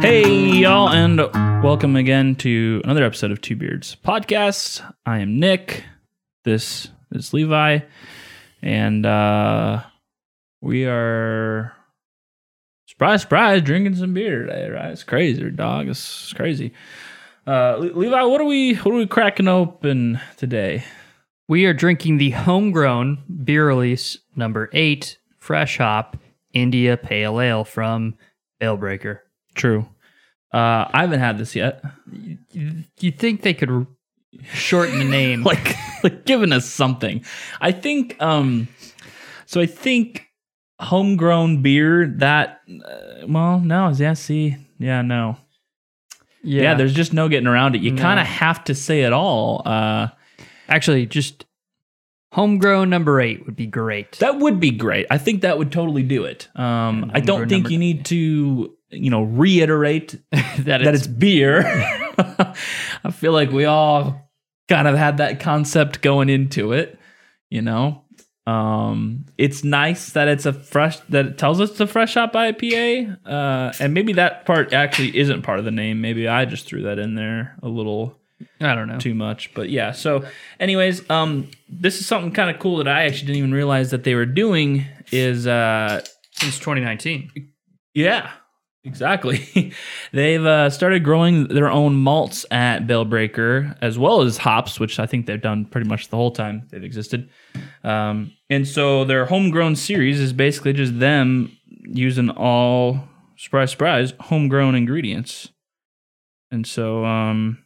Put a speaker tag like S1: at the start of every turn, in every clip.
S1: Hey, y'all, and welcome again to another episode of Two Beards Podcast. I am Nick. This is Levi. And uh, we are, surprise, surprise, drinking some beer today, right? It's crazy, dog. It's crazy. Uh, Le- Levi, what are we what are we cracking open today?
S2: We are drinking the homegrown beer release number eight, Fresh Hop India Pale Ale from Balebreaker.
S1: True. Uh, I haven't had this yet.
S2: You you think they could r- shorten the name?
S1: like like giving us something. I think um so I think homegrown beer that uh, well no yeah see yeah no yeah. there's just no getting around it you
S2: No.
S1: kind of have to say it all uh
S2: actually just homegrown number eight would be great.
S1: that would be great i think that would totally do it um
S2: And
S1: i don't
S2: homegrown
S1: think
S2: number-
S1: you need to you know reiterate
S2: that
S1: that
S2: is
S1: it's beer. I feel like we all kind of had that concept going into it, you know. Um, it's nice that it's a fresh that it tells us it's a fresh hop IPA. Uh, and maybe that part actually isn't part of the name. Maybe I just threw that in there a little
S2: I don't know.
S1: too much. But yeah, so anyways, um this is something kind of cool that I actually didn't even realize that they were doing is uh
S2: Since 2019,
S1: yeah, exactly. they've uh, started growing their own malts at Bellbreaker, as well as hops, which I think they've done pretty much the whole time they've existed. Um, and so their homegrown series is basically just them using all surprise, surprise, homegrown ingredients. And so um,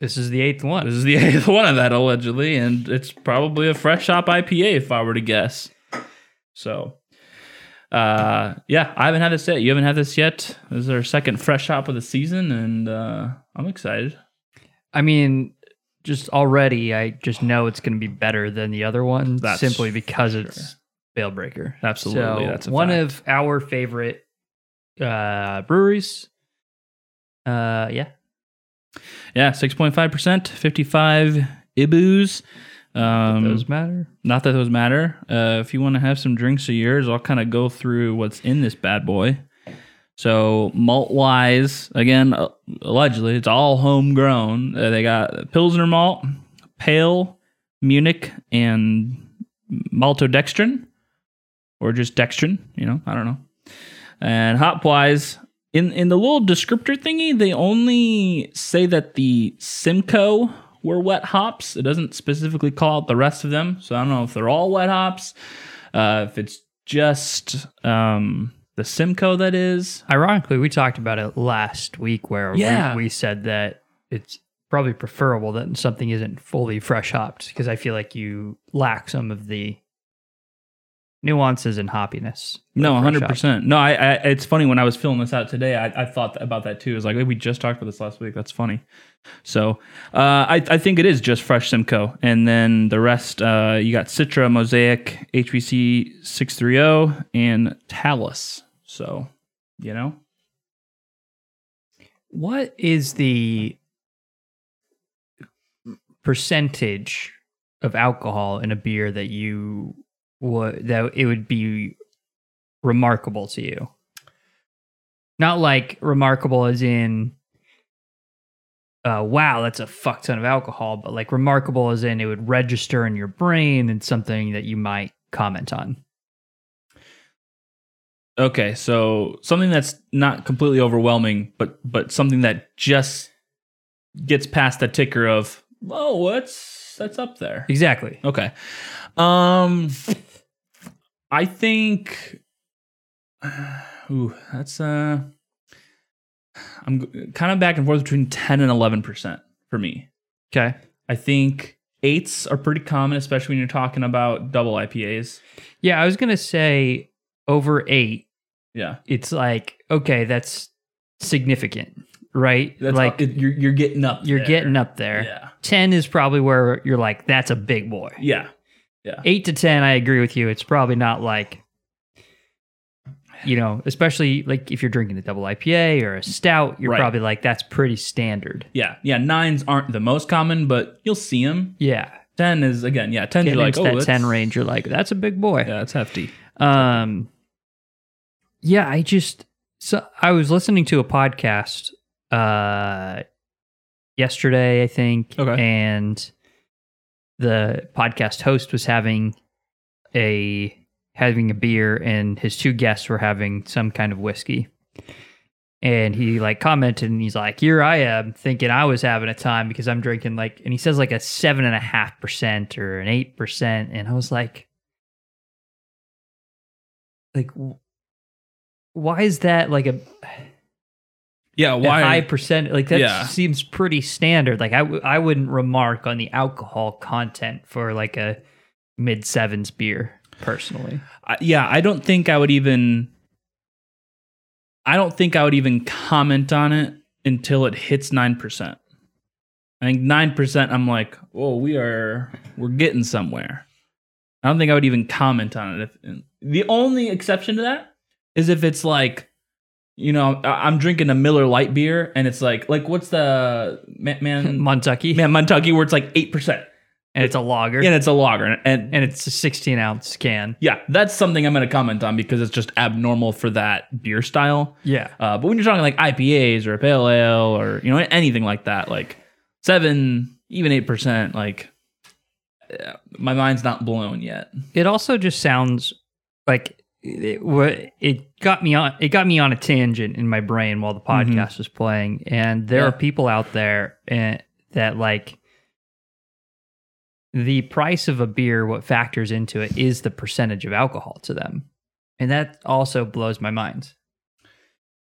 S2: this is the eighth
S1: this
S2: one.
S1: is the eighth one of that allegedly, and it's probably a fresh hop IPA if I were to guess. So, uh, yeah, I haven't had this yet. You haven't had this yet. This is our second fresh hop of the season, and uh, I'm excited.
S2: I mean, just already, I just know it's going to be better than the other one
S1: That's
S2: simply because
S1: for
S2: it's Balebreaker.
S1: Absolutely,
S2: So
S1: that's a
S2: one
S1: fact.
S2: of our favorite uh, breweries. Uh, yeah,
S1: Yeah, six point five percent, fifty five ibus. Um,
S2: those matter.
S1: not that those matter. Uh, if you want to have some drinks of yours, I'll kind of go through what's in this bad boy. So malt wise, again, uh, allegedly, it's all homegrown. Uh, they got Pilsner malt, Pale, Munich, and maltodextrin, or just dextrin. You know, I don't know. And hop wise, in in the little descriptor thingy, they only say that the Simcoe were wet hops. It doesn't specifically call out the rest of them, so I don't know if they're all wet hops. Uh, if it's just um, the Simcoe that is.
S2: Ironically, we talked about it last week where we-
S1: Yeah.
S2: we, said that it's probably preferable that something isn't fully fresh hopped because I feel like you lack some of the nuances and hoppiness. of
S1: No,
S2: fresh
S1: hundred
S2: hop.
S1: percent. No, I, I. It's funny when I was filling this out today. I, I thought about that too. I was like, we just talked about this last week. That's funny. So, uh, I, I think it is just fresh Simcoe, and then the rest. Uh, you got Citra, Mosaic, HVC six three zero, and Talus. So, you know,
S2: What is the percentage of alcohol in a beer that you would that it would be remarkable to you? Not like remarkable as in uh, wow, that's a fuck ton of alcohol, but like remarkable as in it would register in your brain and something that you might comment on.
S1: Okay, so something that's not completely overwhelming, but but something that just gets past the ticker of oh, what's that's up there.
S2: Exactly.
S1: Okay, um, I think, ooh, that's uh, I'm g- kind of back and forth between ten and eleven percent for me.
S2: Okay.
S1: I think eights are pretty common, especially when you're talking about double IPAs.
S2: Yeah, I was gonna say over eight
S1: Yeah,
S2: it's like okay that's significant right
S1: that's
S2: like
S1: like you're you're getting up.
S2: you're
S1: there.
S2: getting up there
S1: Yeah.
S2: 10 is probably where you're like that's a big boy
S1: Yeah.
S2: 8 to 10 i agree with you it's probably not like you know especially like if you're drinking the double ipa or a stout you're
S1: Right.
S2: probably like that's pretty standard
S1: Yeah, yeah. Nines aren't the most common, but you'll see them.
S2: yeah
S1: Ten is again, yeah. Ten, you're
S2: Getting
S1: like,
S2: into
S1: oh,
S2: that
S1: that's-
S2: 10 range you're like that's a big boy
S1: Yeah, it's hefty.
S2: Um, yeah, I just So I was listening to a podcast uh yesterday, I think.
S1: Okay.
S2: And the podcast host was having a having a beer and his two guests were having some kind of whiskey. And he like commented and he's like, Here I am thinking I was having a time because I'm drinking like and he says like a seven and a half percent or an eight percent. And I was like like w- why is that like a
S1: Yeah,
S2: a
S1: why?
S2: high percent like that
S1: Yeah.
S2: seems pretty standard like I, w- I wouldn't remark on the alcohol content for like a mid sevens beer personally
S1: I, yeah, I don't think I would even. I don't think I would even comment on it until it hits nine percent. I think nine percent. I'm like, whoa, we are we're getting somewhere. I don't think I would even comment on it. If the only exception to that is if it's like, you know, I- I'm drinking a Miller Light beer and it's like, like what's the man, man,
S2: montucky
S1: man Montucky where it's like eight percent
S2: and it's a lager
S1: and it's a lager and
S2: and it's a 16 ounce can
S1: yeah, that's something I'm going to comment on because it's just abnormal for that beer style.
S2: yeah
S1: Uh, but when you're talking like IPAs or a pale ale or you know anything like that, like seven, even eight percent, like uh, my mind's not blown yet.
S2: it also just sounds like it, wa- it got me on it got me on a tangent in my brain while the podcast was playing and there
S1: Mm-hmm. Yeah.
S2: are people out there and, that like the price of a beer what factors into it is the percentage of alcohol to them and that also blows my mind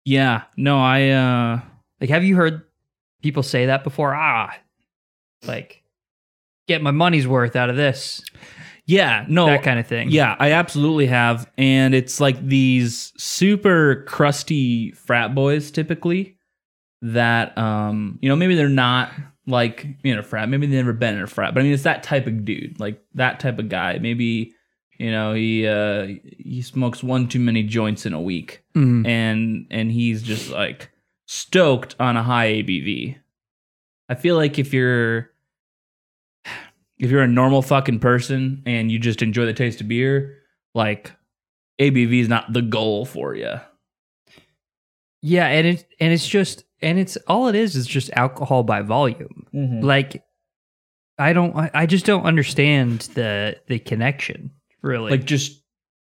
S1: Yeah, no, I uh,
S2: like have you heard people say that before ah like get my money's worth out of this
S1: yeah, no,
S2: that kind of thing
S1: Oh, Yeah, I absolutely have. And it's like these super crusty frat boys typically that um, you know, maybe they're not like in a frat, maybe they've never been in a frat, but I mean it's that type of dude, like that type of guy. Maybe, you know, he uh he smokes one too many joints in a week
S2: Mhm.
S1: and and he's just like stoked on a high ABV. I feel like if you're if you're a normal fucking person and you just enjoy the taste of beer, like ABV is not the goal for you.
S2: Yeah, and it and it's just and it's all it is is just alcohol by volume. Like I don't I- I just don't understand the the connection really.
S1: Like just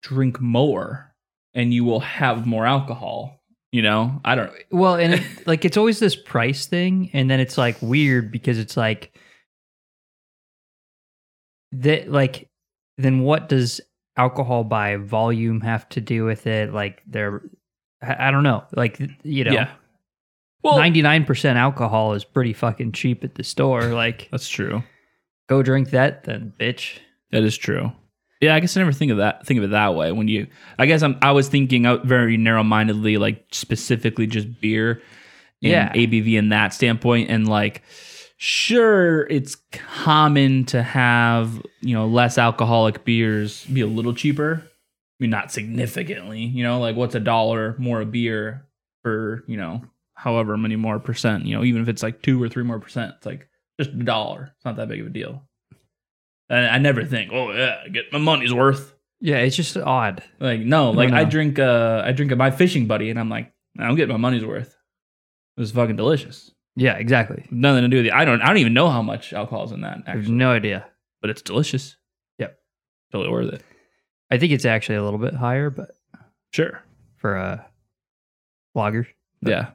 S1: drink more and you will have more alcohol. You know, I don't.
S2: well, and it, like it's always this price thing and then it's like weird because it's like that like then what does alcohol by volume have to do with it? Like there I I don't know. Like you know,
S1: Yeah. Well,
S2: 99% alcohol is pretty fucking cheap at the store like
S1: that's true.
S2: go drink that then bitch
S1: That is true. Yeah, I guess I never think of that. Think of it that way. When you, I guess I'm. I was thinking out very narrow-mindedly, like specifically just beer, and
S2: Yeah.
S1: ABV in that standpoint, and like, sure, it's common to have you know less alcoholic beers be a little cheaper. I mean, not significantly. You know, like what's a dollar more a beer for you know however many more percent. You know, even if it's like two or three more percent, it's like just a dollar. It's not that big of a deal. And I never think, oh yeah, get my money's worth.
S2: yeah it's just odd
S1: Like no, like I
S2: no.
S1: drink uh I drink at my fishing buddy, and I'm like, I'm getting my money's worth. It was fucking delicious.
S2: yeah exactly
S1: Nothing to do with the I don't I don't even know how much alcohol's in that
S2: i have
S1: actually,
S2: no idea
S1: but it's delicious.
S2: Yep.
S1: totally worth it.
S2: i think it's actually a little bit higher but
S1: Sure.
S2: for a lager
S1: yeah.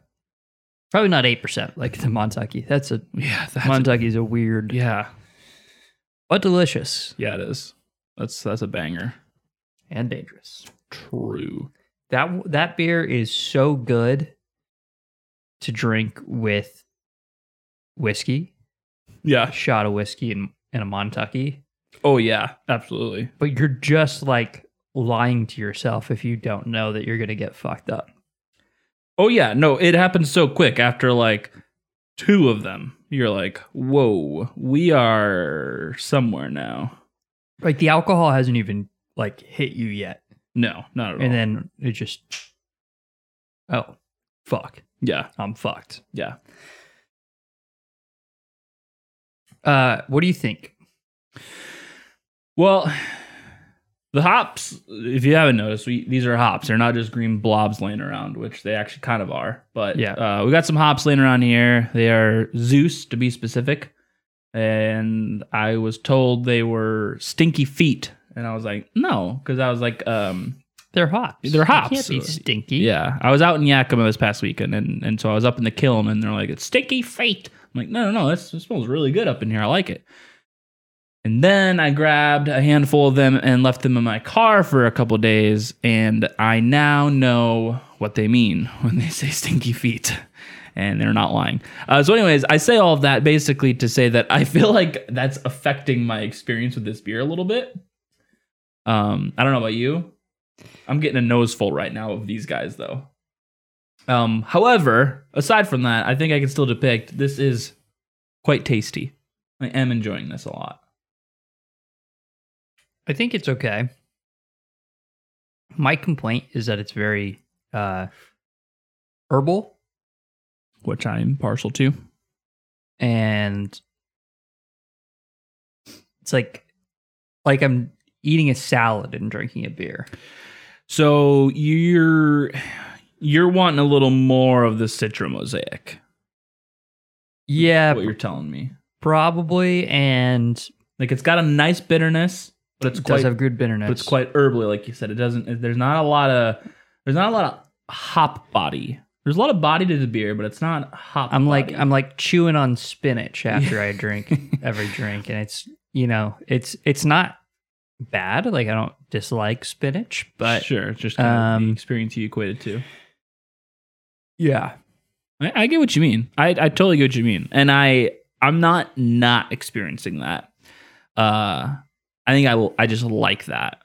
S2: probably not 8% like the montucky that's a
S1: Yeah. That's
S2: montucky is a weird
S1: yeah.
S2: but delicious
S1: Yeah. It is. That's that's a banger.
S2: and dangerous
S1: True.
S2: that that beer is so good to drink with whiskey a
S1: Yeah.
S2: shot of whiskey and, and a montucky
S1: Oh yeah. Absolutely.
S2: but you're just like lying to yourself if you don't know that you're gonna get fucked up.
S1: Oh yeah, no, it happens so quick after like two of them. You're like, "Whoa, we are somewhere now."
S2: Like the alcohol hasn't even like hit you yet,
S1: No, not at all.
S2: and then it just oh fuck,
S1: yeah,
S2: I'm fucked.
S1: yeah.
S2: Uh, what do you think?
S1: Well, The hops, if you haven't noticed, we, these are hops. They're not just green blobs laying around, which they actually kind of are. But
S2: Yeah.
S1: uh, we got some hops laying around here. They are Zeus, to be specific. And I was told they were stinky feet. And I was like, no, because I was like, um,
S2: They're hops.
S1: They're
S2: They
S1: hops.
S2: can't be stinky.
S1: yeah, I was out in Yakima this past weekend, and, and so I was up in the kiln, and they're like, it's stinky feet. I'm like, no, no, no, that's, it smells really good up in here. I like it. And then I grabbed a handful of them and left them in my car for a couple days, and I now know what they mean when they say stinky feet. And they're not lying. Uh, so, anyways, I say all of that basically to say that I feel like that's affecting my experience with this beer a little bit. Um, I don't know about you. I'm getting a nose full right now of these guys though. Um, however, aside from that, I think I can still depict this is quite tasty. I am enjoying this a lot.
S2: I think it's okay. My complaint is that it's very uh, herbal
S1: Which I'm partial to.
S2: and it's like like I'm eating a salad and drinking a beer.
S1: So you're you're wanting a little more of the citra mosaic.
S2: Yeah,
S1: what you're telling me.
S2: probably, and
S1: Like it's got a nice bitterness, but it's
S2: it
S1: quite
S2: does have good bitterness.
S1: but it's quite herbally, like you said. It doesn't there's not a lot of there's not a lot of hop body. There's a lot of body to the beer, but it's not hop.
S2: I'm like
S1: body.
S2: I'm like chewing on spinach after I drink every drink, and it's you know it's it's not bad. Like I don't dislike spinach, but
S1: sure, it's just kind of
S2: um,
S1: the experience you equated to.
S2: yeah,
S1: I, I get what you mean. I, I totally get what you mean, and I I'm not not experiencing that. Uh, I think I will. I just like that.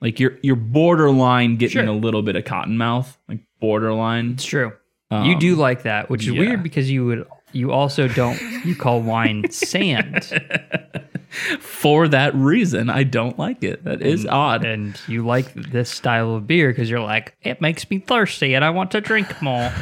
S1: Like you're you're borderline getting
S2: Sure.
S1: a little bit of cottonmouth, like borderline.
S2: it's true.
S1: Um,
S2: you do like that, which is
S1: yeah.
S2: weird because you would you also don't you call wine sand,
S1: um, for that reason. I don't like it. That is
S2: Mm.
S1: odd.
S2: and you like this style of beer because you're like it makes me thirsty and I want to drink more.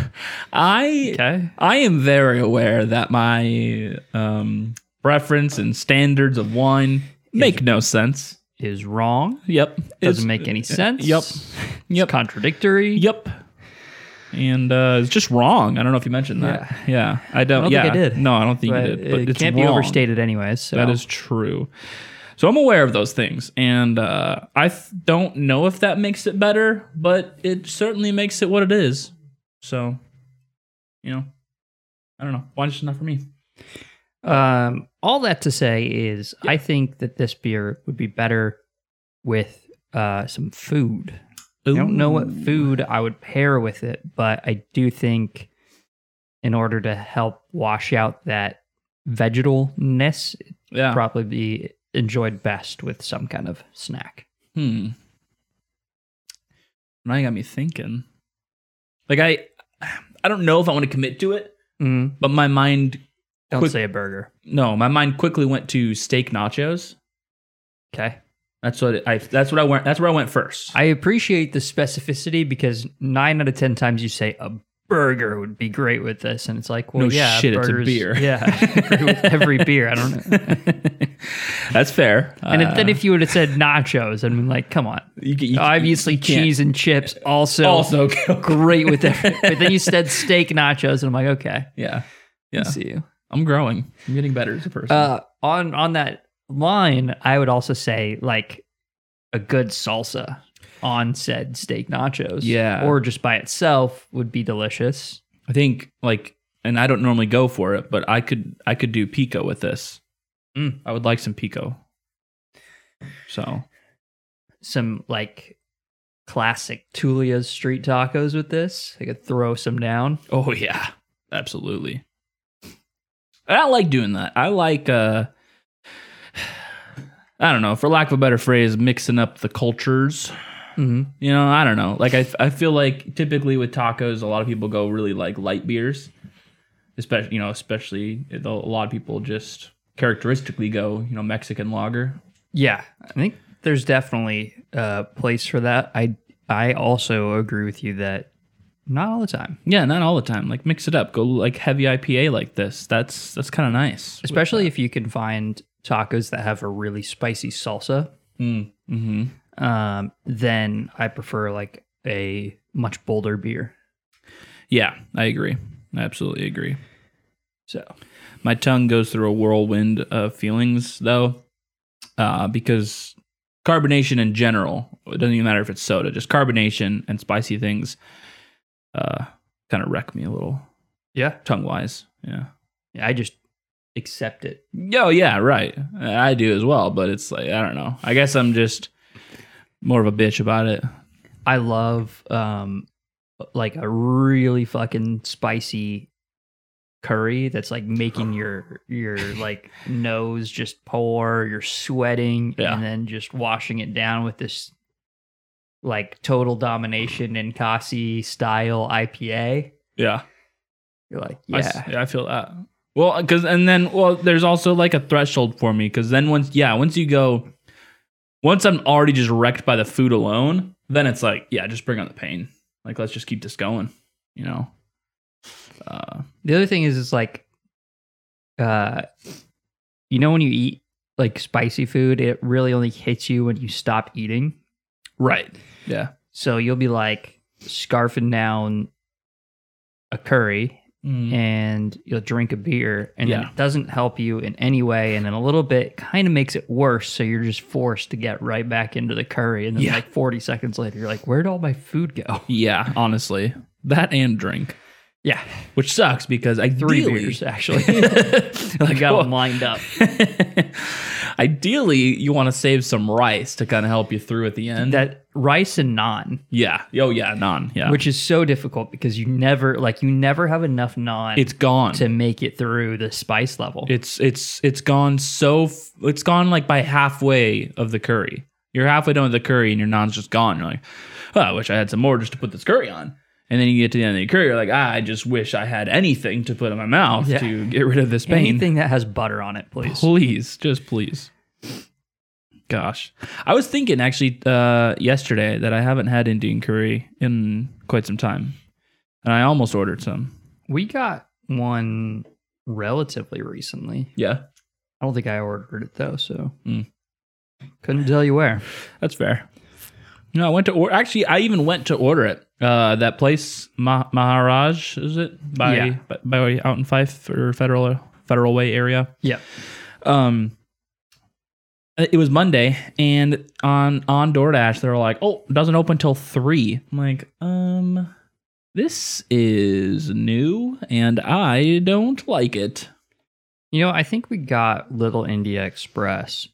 S1: I
S2: Okay,
S1: I am very aware that my um, preference and standards of wine make no sense.
S2: is wrong.
S1: Yep.
S2: Doesn't
S1: It's- uh,
S2: make any sense.
S1: Yep.
S2: It's
S1: Yep.
S2: contradictory.
S1: Yep. And uh, it's just wrong. I don't know if you mentioned that. Yeah. I don't,
S2: I don't
S1: yeah.
S2: think I did.
S1: No, I don't think
S2: But
S1: you did. But
S2: it
S1: it's
S2: can't be
S1: wrong.
S2: overstated, anyways. So.
S1: That is true. So I'm aware of those things. And uh, I th- don't know if that makes it better, but it certainly makes it what it is. So, you know, I don't know. Wine's just not for me.
S2: Um, all that to say is, I think that this beer would be better with uh, some food. I don't know what food I would pair with it, but I do think, in order to help wash out that vegetalness, it'd
S1: Yeah.
S2: probably be enjoyed best with some kind of snack.
S1: Hmm. Now you got me thinking. Like I, I don't know if I want to commit to it,
S2: Mm,
S1: but my mind
S2: don't
S1: Mm-hmm. Quick-
S2: say a burger.
S1: no, my mind quickly went to steak nachos.
S2: Okay.
S1: That's what I. That's what I went. That's where I went first.
S2: I appreciate the specificity because nine out of ten times you say a burger would be great with this, and it's like, well,
S1: No
S2: yeah,
S1: shit, it's a
S2: burgers,
S1: beer.
S2: Yeah, agree with every beer. I don't know.
S1: that's fair.
S2: And if, then
S1: Uh,
S2: if you would have said nachos, I'd been like, come on.
S1: you, ca- you,
S2: Obviously,
S1: can't-
S2: cheese and chips also,
S1: also
S2: great with every. but then you said steak nachos, and I'm like, okay,
S1: yeah,
S2: I
S1: yeah.
S2: see you.
S1: I'm growing. I'm getting better as a person.
S2: Uh, on on that line, I would also say like a good salsa on said steak nachos,
S1: Yeah.
S2: or just by itself would be delicious.
S1: I think like, and I don't normally go for it, but I could I could do pico with this.
S2: Mm.
S1: I would like some pico. So
S2: Some like classic Tulia's street tacos with this. I could throw some down.
S1: Oh yeah, absolutely. And I like doing that. I like uh I don't know, for lack of a better phrase, mixing up the cultures.
S2: Mm-hmm.
S1: You know, I don't know. Like I I feel like typically with tacos, a lot of people go really like light beers. Especially, you know, especially a lot of people just characteristically go, you know, Mexican lager.
S2: Yeah, I think there's definitely a place for that. I I also agree with you that not all the time,
S1: Yeah, not all the time. Like mix it up. Go like heavy IPA like this. That's that's kind of nice.
S2: especially if you can find tacos that have a really spicy salsa.
S1: Mm, hmm
S2: um, then I prefer like a much bolder beer.
S1: Yeah, I agree. I absolutely agree. So, my tongue goes through a whirlwind of feelings though, uh, because carbonation in general, it doesn't even matter if it's soda, just carbonation and spicy things uh, kind of wreck me a little
S2: Yeah.
S1: tongue wise. Yeah.
S2: I just accept it.
S1: Oh, yeah, right. I do as well, but it's like, I don't know. I guess I'm just more of a bitch about it.
S2: I love um like a really fucking spicy curry that's like making your your like nose just pour, you're sweating
S1: Yeah.
S2: and then just washing it down with this like total domination and Kasi style IPA.
S1: Yeah.
S2: You're like,
S1: I s-
S2: yeah.
S1: yeah, I feel that. Well, because and then well, there's also like a threshold for me because then once yeah, once you go, once I'm already just wrecked by the food alone, then it's like yeah, just bring on the pain. Like let's just keep this going, you know. Uh,
S2: The other thing is it's like uh you know when you eat like spicy food, it really only hits you when you stop eating.
S1: right. Yeah.
S2: So you'll be like scarfing down a curry
S1: mm,
S2: and you'll drink a beer and then
S1: Yeah.
S2: it doesn't help you in any way and then a little bit kind of makes it worse so you're just forced to get right back into the curry and then
S1: Yeah.
S2: like 40 seconds later you're like where'd all my food go
S1: Yeah. Honestly, that and drink,
S2: yeah
S1: which sucks because I
S2: three beers actually i
S1: Like,
S2: got
S1: oh.
S2: them lined up
S1: Ideally, you want to save some rice to kind of help you through at the end.
S2: that rice and naan
S1: yeah. Oh yeah. None. Yeah.
S2: which is so difficult because you never like you never have enough naan
S1: it's gone.
S2: to make it through the spice level
S1: It's it's it's gone so f- it's gone like by halfway of the curry. You're halfway done with the curry and your naan's just gone. You're like, oh, I wish I had some more just to put this curry on. And then you get to the end of the curry, you're like, ah, I just wish I had anything to put in my mouth
S2: Yeah.
S1: to get rid of this pain.
S2: anything that has butter on it please
S1: Please, just please. Gosh, I was thinking actually uh, yesterday that I haven't had Indian curry in quite some time, and I almost ordered some.
S2: We got one relatively recently.
S1: Yeah,
S2: I don't think I ordered it though, so hmm.
S1: Mm.
S2: couldn't tell you where.
S1: That's fair. No, I went to or actually I even went to order it. Uh, that place Ma- Maharaj is it by,
S2: Yeah.
S1: by by out in Fife or Federal Federal Way area.
S2: Yeah.
S1: Um, it was Monday, and on on DoorDash they were like, "Oh, it doesn't open till 3. I'm like, um, this is new, and I don't like it.
S2: You know, I think we got Little India Express.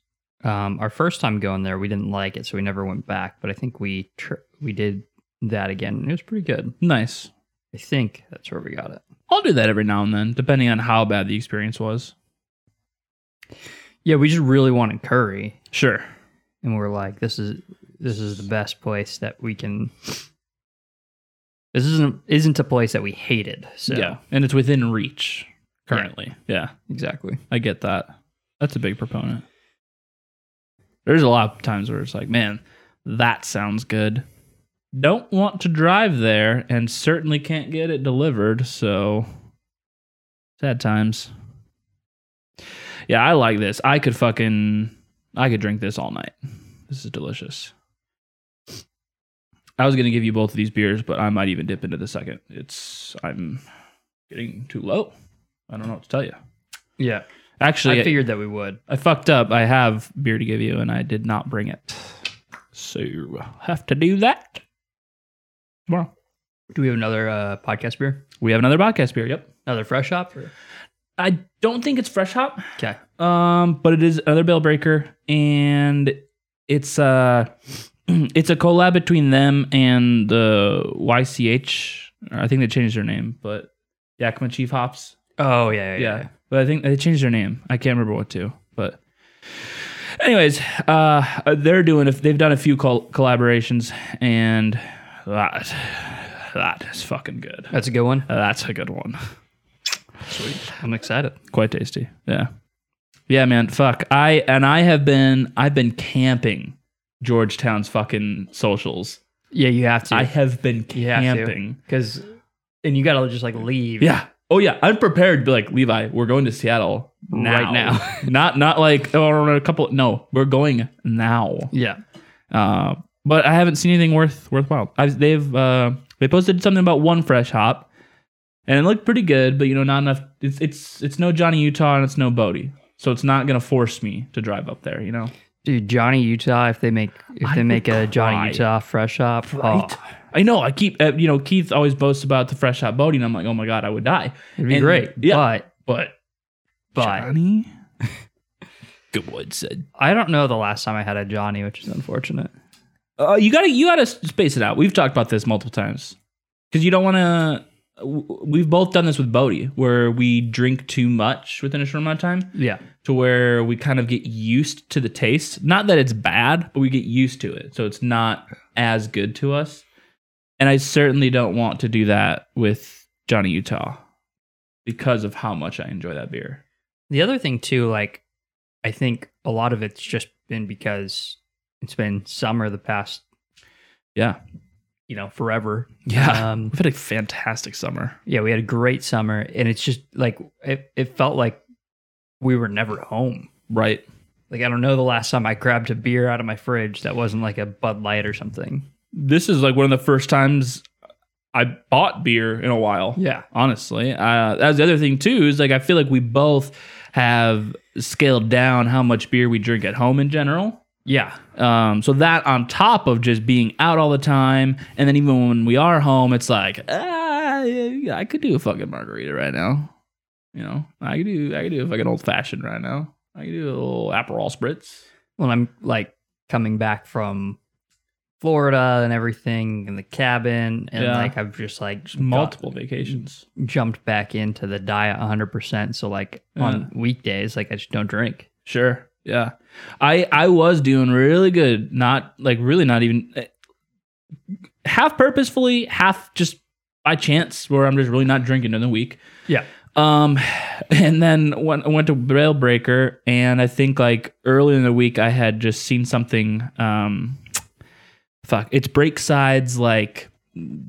S2: Um, our first time going there, we didn't like it, so we never went back. But I think we tr- we did that again. and It was pretty good.
S1: Nice.
S2: I think that's where we got it.
S1: I'll do that every now and then, depending on how bad the experience was.
S2: Yeah, we just really wanted curry,
S1: Sure.
S2: and we're like, this is this is the best place that we can. This isn't isn't a place that we hated. So
S1: Yeah, and it's within reach currently. Yeah.
S2: exactly.
S1: I get that. That's a big proponent. There's a lot of times where it's like, man, that sounds good. Don't want to drive there and certainly can't get it delivered, so sad times. Yeah, I like this. I could fucking I could drink this all night. This is delicious. I was gonna give you both of these beers, but I might even dip into the second. It's I'm getting too low. I don't know what to tell you.
S2: Yeah.
S1: Actually,
S2: I figured that we would.
S1: I fucked up. I have beer to give you, and I did not bring it. So I'll have to do that tomorrow.
S2: Do we have another uh, podcast beer?
S1: We have another podcast beer. Yep.
S2: Another fresh hop? Or?
S1: I don't think it's fresh hop,
S2: Okay.
S1: um, but it is another Bell Breaker, and it's uh it's a collab between them and the YCH. I think they changed their name, but Yakima Chief Hops.
S2: Oh yeah, yeah.
S1: yeah. But I think they changed their name. I can't remember what to. But anyways, uh, they're doing. a- They've done a few col- collaborations, and that that is fucking good.
S2: That's a good one.
S1: That's a good one.
S2: Sweet. I'm excited.
S1: Quite tasty. Yeah. Yeah, man. Fuck. I and I have been. I've been camping Georgetown's fucking socials.
S2: Yeah, you have
S1: I
S2: to.
S1: have been
S2: You have to.
S1: camping.
S2: Because, and you gotta just like leave.
S1: Yeah. Oh yeah, I'm prepared. to Be like Levi, we're going to Seattle
S2: Right now.
S1: not not like oh, in a couple. No, we're going now.
S2: Yeah.
S1: Uh, but I haven't seen anything worth worthwhile. I've, they've uh, they posted something about one fresh hop, and it looked pretty good, but you know, not enough. It's it's it's no Johnny Utah and it's no Bodie, so it's not gonna force me to drive up there. You know,
S2: Dude, Johnny Utah. If they make if
S1: I
S2: they
S1: would
S2: make a
S1: cry.
S2: Johnny Utah fresh oh, hop,
S1: Right? I know. I keep uh, you know Keith always boasts about the fresh hop Bodie, and I'm like, oh my god, I would die.
S2: it'd be
S1: And-
S2: great.
S1: yeah.
S2: But
S1: But
S2: but
S1: Johnny, Goodwood said,
S2: I don't know the last time I had a Johnny, which is unfortunate.
S1: uh, "You gotta you gotta space it out." We've talked about this multiple times because you don't want to. We've both done this with Bodie, where we drink too much within a short amount of time,
S2: Yeah.
S1: to where we kind of get used to the taste. Not that it's bad, but we get used to it, so it's not as good to us. And I certainly don't want to do that with Johnny Utah because of how much I enjoy that beer.
S2: The other thing too, like I think a lot of it's just been because it's been summer the past,
S1: Yeah,
S2: you know, forever. Um
S1: we've had a fantastic summer.
S2: yeah, we had a great summer and it's just like it, it felt like we were never home.
S1: Right.
S2: Like I don't know the last time I grabbed a beer out of my fridge that wasn't like a Bud Light or something.
S1: this is like one of the first times I bought beer in a while.
S2: Yeah.
S1: Honestly, uh, that's the other thing too. Is like I feel like we both have scaled down how much beer we drink at home in general.
S2: Yeah.
S1: Um, so that on top of just being out all the time, and then even when we are home, it's like ah, yeah, I could do a fucking margarita right now. You know, I could do I could do a fucking old fashioned right now. I could do a little Aperol spritz.
S2: When I'm like coming back from Florida and everything in the cabin and
S1: Yeah.
S2: like I've just like got-
S1: Multiple vacations.
S2: jumped back into the diet 100%. So like on weekdays, like I just don't drink.
S1: Sure. Yeah. I I was doing really good. Not like really not even eh, half purposefully, half just by chance where I'm just really not drinking in the week.
S2: Yeah.
S1: Um and then went went to Rail Breaker and I think like early in the week I had just seen something um fuck, it's Breakside's like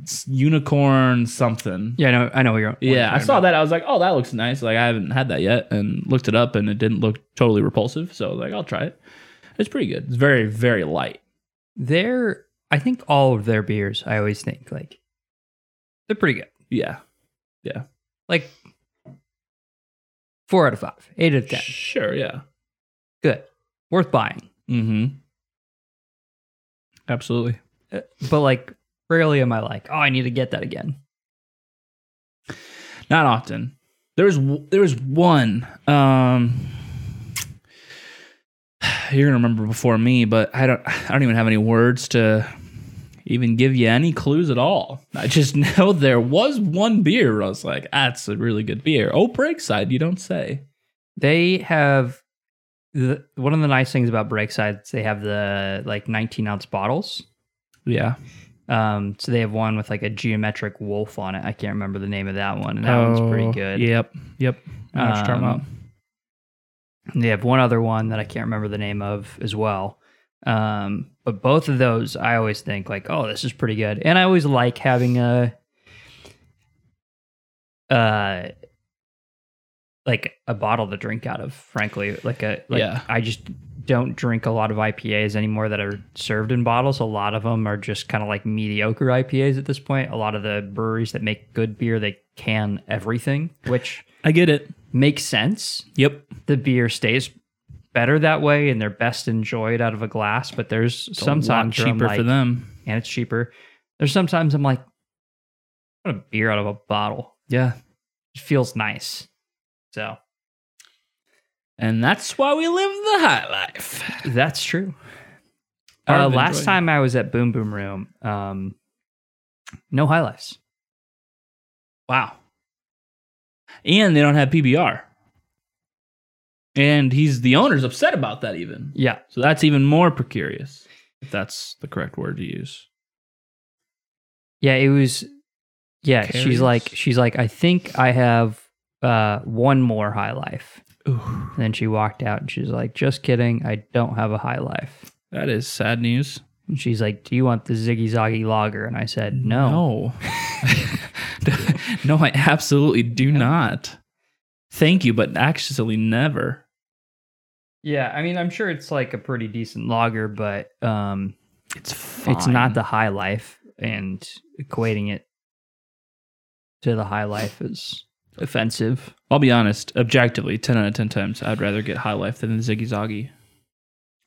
S1: s- unicorn something.
S2: Yeah, I know. I know what you're. what you're
S1: Yeah, I
S2: talking
S1: saw
S2: about.
S1: that. I was like, oh, that looks nice. Like I haven't had that yet, and looked it up, and it didn't look totally repulsive. So I was like, I'll try it. It's pretty good. It's very very light.
S2: They're, I think all of their beers, I always think like they're pretty good.
S1: Yeah,
S2: Like four out of five, eight out of ten.
S1: sure. Yeah.
S2: Good. Worth buying.
S1: Mm-hmm. Absolutely.
S2: Uh, But like, rarely am I like, oh, I need to get that again.
S1: Not often. There was w- there was one. Um, you're gonna remember before me, but I don't. I don't even have any words to even give you any clues at all. I just know there was one beer. Where I was like, that's a really good beer. Oh, Breakside, you don't say.
S2: They have the, one of the nice things about Breakside is they have the like 19 ounce bottles.
S1: Yeah.
S2: Um, so they have one with like a geometric wolf on it. I can't remember the name of that one, and that one's pretty good.
S1: Oh, Yep. Yep. I know what you're talking about.
S2: Um, And they have one other one that I can't remember the name of as well. Um, but both of those, I always think like, oh, this is pretty good, and I always like having a, uh, like a bottle to drink out of. Frankly, like a like
S1: Yeah.
S2: I just don't drink a lot of IPAs anymore that are served in bottles. A lot of them are just kind of like mediocre IPAs at this point. A lot of the breweries that make good beer, they can everything, which
S1: I get it.
S2: makes sense
S1: Yep.
S2: the beer stays better that way and they're best enjoyed out of a glass but there's
S1: It's a lot
S2: sometimes where I'm
S1: cheaper for
S2: like-
S1: them.
S2: and it's cheaper there's sometimes i'm like I want a beer out of a bottle
S1: Yeah.
S2: it feels nice so
S1: And that's why we live the high life.
S2: that's true
S1: Part
S2: uh,
S1: of
S2: last
S1: enjoying.
S2: time i was at boom boom room um no high lifes
S1: Wow. And they don't have PBR. And he's the owner's upset about that even.
S2: yeah
S1: So that's even more precarious. If that's the correct word to use.
S2: Yeah, it was. Yeah, she's
S1: Carries?
S2: like, she's like, I think I have uh, one more high life. And then she walked out and she's like, just kidding, I don't have a high life.
S1: That is sad news.
S2: And she's like, do you want the Ziggy Zoggy Lager? And I said, no.
S1: No. no, I absolutely do not. Thank you, but actually never.
S2: Yeah, I mean, I'm sure it's like a pretty decent lager, but um,
S1: It's fine.
S2: It's not the high life, and equating it to the high life is offensive.
S1: I'll be honest. Objectively, ten out of ten times, I'd rather get high life than the ziggy zoggy.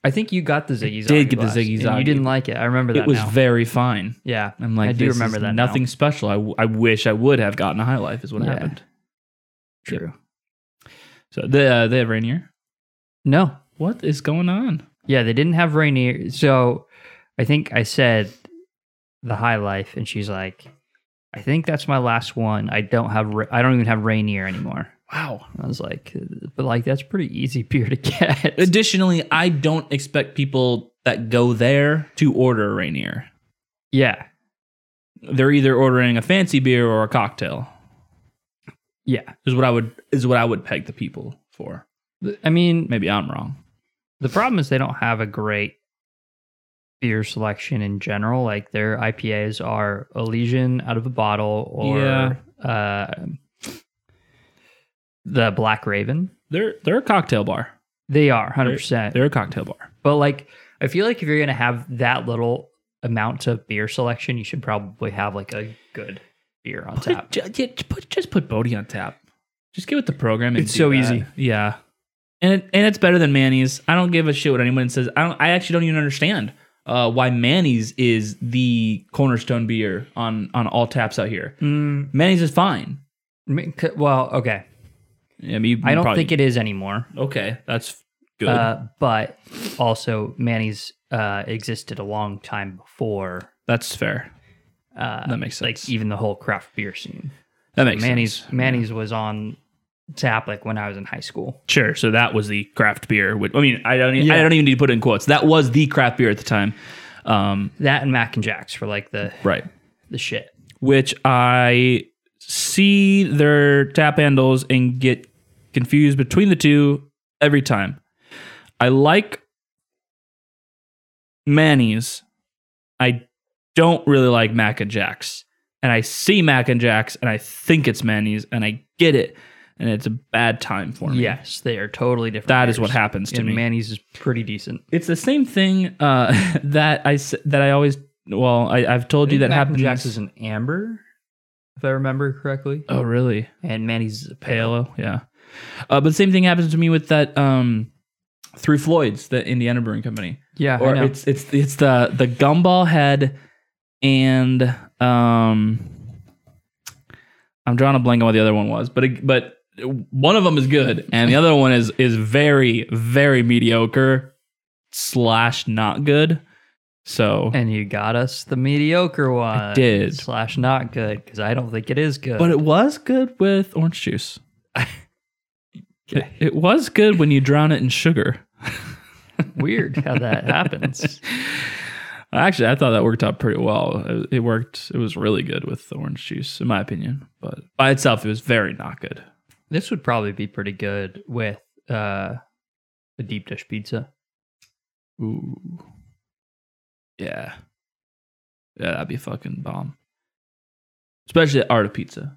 S2: I think you got the ziggy.
S1: I did get the
S2: last, and
S1: ziggy-zoggy.
S2: You didn't like it. I remember that.
S1: It was
S2: now.
S1: very fine.
S2: yeah.
S1: I'm like,
S2: I do
S1: this is
S2: remember that now.
S1: Nothing special. I, w- I wish I would have gotten a high life. Is what
S2: Yeah.
S1: happened. Yep.
S2: True.
S1: So they uh, they have Rainier.
S2: No.
S1: What is going on?
S2: Yeah, they didn't have Rainier. So I think I said the high life, and she's like, "I think that's my last one. I don't have. Ra- I don't even have Rainier anymore."
S1: Wow.
S2: I was like, "But like, that's pretty easy beer to get."
S1: Additionally, I don't expect people that go there to order a Rainier.
S2: yeah.
S1: They're either ordering a fancy beer or a cocktail.
S2: Yeah.
S1: Is what I would is what I would peg the people for.
S2: I mean,
S1: Maybe I'm wrong.
S2: The problem is they don't have a great beer selection in general. Like their IPAs are Elysian out of a bottle or
S1: Yeah.
S2: uh, the Black Raven.
S1: They're they're a cocktail bar.
S2: They are 100%.
S1: They're a cocktail bar.
S2: but like, I feel like if you're going to have that little amount of beer selection, you should probably have like a good beer on
S1: Put,
S2: tap.
S1: ju- yeah, just put just put Bodie on tap. Just get with the program. And
S2: It's
S1: do
S2: so
S1: that.
S2: easy.
S1: Yeah, and it, and it's better than Manny's. I don't give a shit what anyone says. I don't. I actually don't even understand uh, why Manny's is the cornerstone beer on on all taps out here.
S2: Mm,
S1: Manny's is fine.
S2: I mean, c- well, okay.
S1: I mean, you,
S2: I don't think it is anymore.
S1: Okay, that's good.
S2: Uh, but also, Manny's uh, existed a long time before
S1: that's fair.
S2: uh,
S1: That makes sense.
S2: like even the whole craft beer scene.
S1: that makes
S2: Manny's
S1: sense.
S2: Manny's was on tap like when I was in high school.
S1: Sure. So that was the craft beer. Which, I mean, I don't. Even, I
S2: Yeah.
S1: don't even need to put it in quotes. That was the craft beer at the time. Um,
S2: That and Mac and Jacks were like the
S1: right.
S2: the shit.
S1: which I see their tap handles and get confused between the two every time. I like Manny's. I don't really like Mac and Jack's. And I see Mac and Jack's and I think it's Manny's and I get it. And it's a bad time for me.
S2: Yes, they are totally different.
S1: That is
S2: beers.
S1: what happens to
S2: and
S1: me.
S2: Manny's is pretty decent.
S1: It's the same thing uh, that I s- that I always well I, I've told you that
S2: Mac
S1: happens.
S2: and Jacks is an amber, if I remember correctly,
S1: oh really?
S2: and Manny's is a pale.
S1: Halo, yeah. Uh, but the same thing happens to me with that um, through Floyd's, the Indiana Brewing Company,
S2: Yeah,
S1: or it's it's it's the the gumball head and um, I'm drawing a blank on what the other one was, but it- but one of them is good and the other one is is very very mediocre slash not good. So,
S2: and you got us the mediocre one.
S1: did.
S2: slash not good because I don't think it is good.
S1: but it was good with orange juice. It, it was good when you drown it in sugar.
S2: weird how that happens.
S1: Actually, I thought that worked out pretty well. It- It worked. It was really good with the orange juice, in my opinion. But by itself, it was very not good.
S2: This would probably be pretty good with uh, a deep dish pizza.
S1: Ooh. Yeah. Yeah, that'd be fucking bomb. Especially the art of pizza,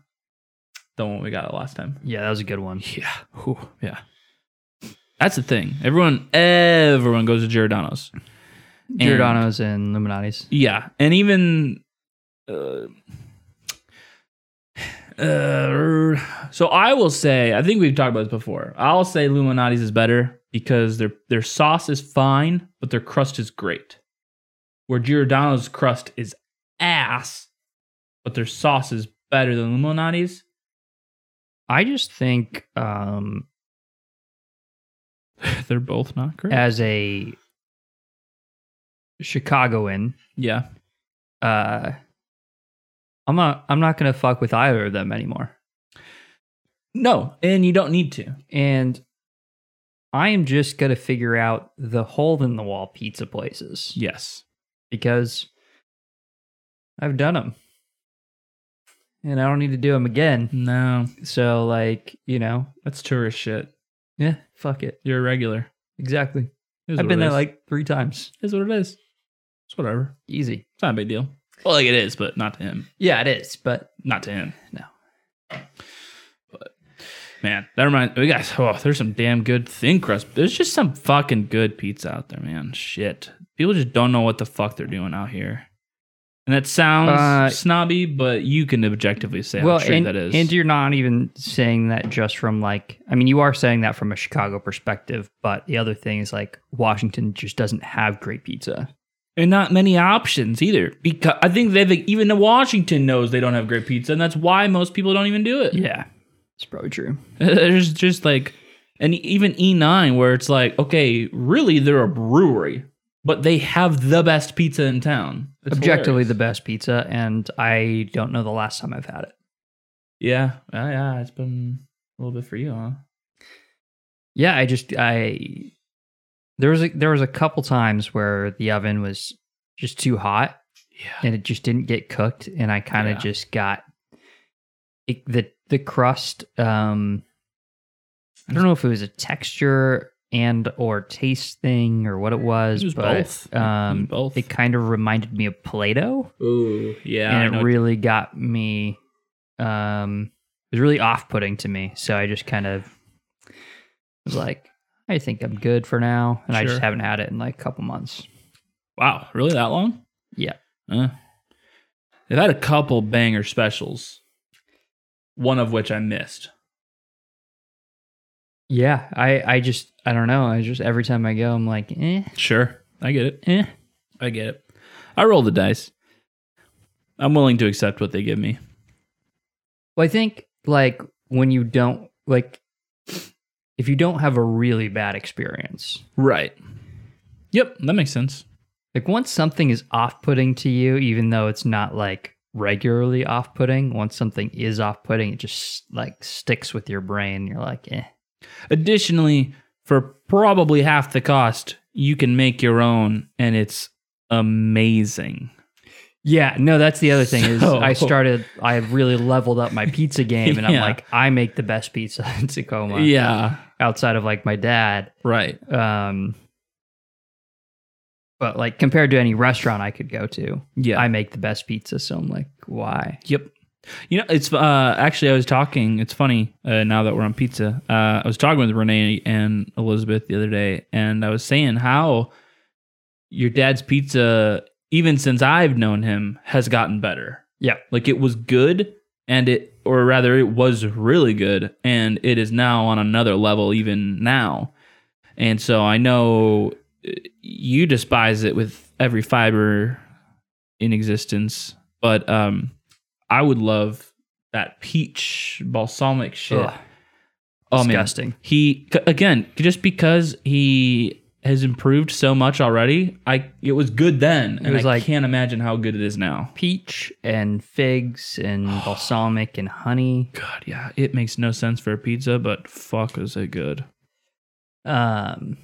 S1: the one we got last time.
S2: Yeah, that was a good one.
S1: Yeah. Ooh, yeah. That's the thing. Everyone, everyone goes to Giordano's.
S2: Giordano's and Luminati's.
S1: Yeah, and even uh, uh, so, I will say I think we've talked about this before. I'll say Luminati's is better because their their sauce is fine, but their crust is great. Where Giordano's crust is ass, but their sauce is better than Luminati's.
S2: I just think um,
S1: They're both not great.
S2: as a Chicagoan,
S1: yeah,
S2: uh, I'm not I'm not gonna fuck with either of them anymore.
S1: no, and you don't need to.
S2: And I am just gonna figure out the hole in the wall pizza places
S1: Yes,
S2: because I've done them, and I don't need to do them again.
S1: no,
S2: So like, you know,
S1: that's tourist shit.
S2: yeah, fuck it.
S1: You're a regular.
S2: Exactly.
S1: It is
S2: I've
S1: what
S2: been
S1: it
S2: there
S1: is.
S2: like three times.
S1: It is what it is. It's whatever.
S2: Easy.
S1: It's not a big deal. Well, like it is, but not to him.
S2: Yeah, it is, but
S1: Not to him.
S2: No.
S1: But Man, that reminds we got oh, there's some damn good thin crust. There's just some fucking good pizza out there, man. Shit. People just don't know what the fuck they're doing out here. And that sounds
S2: Uh,
S1: snobby, but you can objectively say
S2: well,
S1: how true
S2: and,
S1: that is.
S2: and you're not even saying that just from like, I mean, you are saying that from a Chicago perspective, but the other thing is like Washington just doesn't have great pizza.
S1: and not many options either. Because I think they think even Washington knows they don't have great pizza, and that's why most people don't even do it.
S2: Yeah, it's probably true.
S1: There's just like, and e, even E9, where it's like, okay, really, they're a brewery, but they have the best pizza in town. It's
S2: Objectively,
S1: hilarious.
S2: the best pizza, and I don't know the last time I've had it.
S1: yeah, Uh, yeah, it's been a little bit for you, huh?
S2: Yeah, I just I there was a, there was a couple times where the oven was just too hot
S1: Yeah,
S2: and it just didn't get cooked and i kind of
S1: Yeah.
S2: just got it, the the crust um i don't know if it was a texture and or taste thing or what it was,
S1: It was
S2: but
S1: both.
S2: um
S1: It was both.
S2: it kind of reminded me of play-doh
S1: ooh, yeah, I
S2: and
S1: know.
S2: it really got me um it was really off-putting to me so i just kind of was like i think i'm good for now and i just
S1: Sure.
S2: haven't had it in like a couple months
S1: wow, really that long?
S2: Yeah.
S1: Uh, they've had a couple banger specials, one of which I missed.
S2: Yeah, I I just I don't know. I just every time I go, I'm like, eh,
S1: Sure, I get it.
S2: eh.
S1: I get it. I roll the dice. I'm willing to accept what they give me.
S2: Well, I think like when you don't like, if you don't have a really bad experience,
S1: Right. Yep, that makes sense.
S2: like once something is off-putting to you, even though it's not like regularly off-putting, once something is off-putting, it just like sticks with your brain. You're like, eh.
S1: Additionally, for probably half the cost, you can make your own and it's amazing.
S2: Yeah, no, that's the other thing is
S1: So-
S2: I started I really leveled up my pizza game and I'm
S1: Yeah.
S2: like I make the best pizza in Tacoma
S1: Yeah,
S2: outside of like my dad.
S1: right.
S2: um but like compared to any restaurant i could go to
S1: Yeah.
S2: i make the best pizza so i'm like why
S1: Yep. You know, it's uh, actually I was talking. It's funny uh, now that we're on pizza. Uh, I was talking with Renee and Elizabeth the other day, and I was saying how your dad's pizza, even since I've known him, has gotten better.
S2: Yeah.
S1: like it was good, and it, or rather, it was really good, and it is now on another level even now. And so I know uh, you despise it with every fiber in existence, but um, I would love that peach balsamic shit.
S2: Ugh,
S1: oh man,
S2: disgusting
S1: he c- again just because he has improved so much already. I it was good then, and
S2: was
S1: I
S2: like-
S1: can't imagine how good it is now.
S2: peach and figs and balsamic and honey
S1: God, yeah, it makes no sense for a pizza, but fuck, is it good?
S2: um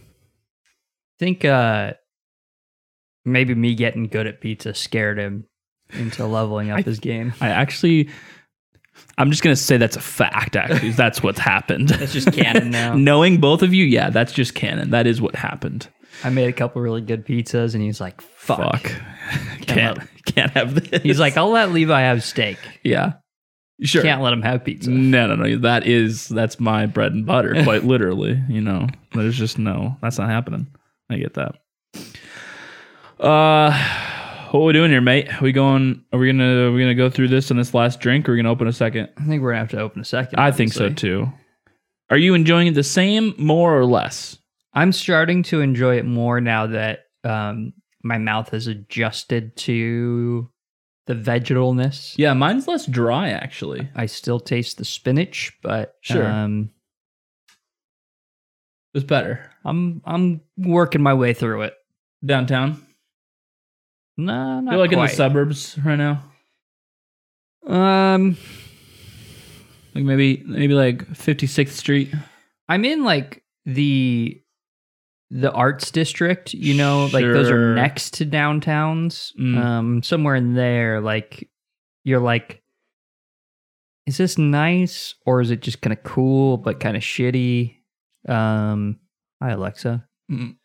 S2: think uh maybe me getting good at pizza scared him into leveling up
S1: I-
S2: his game
S1: I actually, I'm just gonna say that's a fact. Actually, that's what's happened.
S2: That's just canon now.
S1: Knowing both of you, yeah, that's just canon. That is what happened.
S2: i made a couple really good pizzas and he's like fuck,
S1: Fuck, can't can't have this.
S2: he's like i'll let levi have steak
S1: yeah, sure. Mm.
S2: can't let him have pizza
S1: No, no, no. That is that's my bread and butter, quite literally. You know, there's just no. That's not happening. I get that. Uh, what we doing here, mate? we going? Are we gonna? Are we gonna go through this and this last drink? Or are we gonna open a second?
S2: I think we're gonna have to open a second.
S1: I think so
S2: obviously.
S1: too. Are you enjoying it the same, more or less?
S2: I'm starting to enjoy it more now that um, my mouth has adjusted to the vegetalness.
S1: Yeah, mine's less dry actually.
S2: I still taste the spinach, but
S1: Sure.
S2: um,
S1: It's better
S2: I'm I'm working my way through it.
S1: downtown.
S2: No, not
S1: You're like in
S2: quite.
S1: the suburbs right now.
S2: um,
S1: Like maybe maybe like 56th Street.
S2: I'm in like the the arts district. You know, like those
S1: Sure.
S2: are next to downtowns.
S1: Mm.
S2: Um, somewhere in there, like you're like, is this nice or is it just kind of cool but kind of shitty? Um, hi Alexa.
S1: Mm.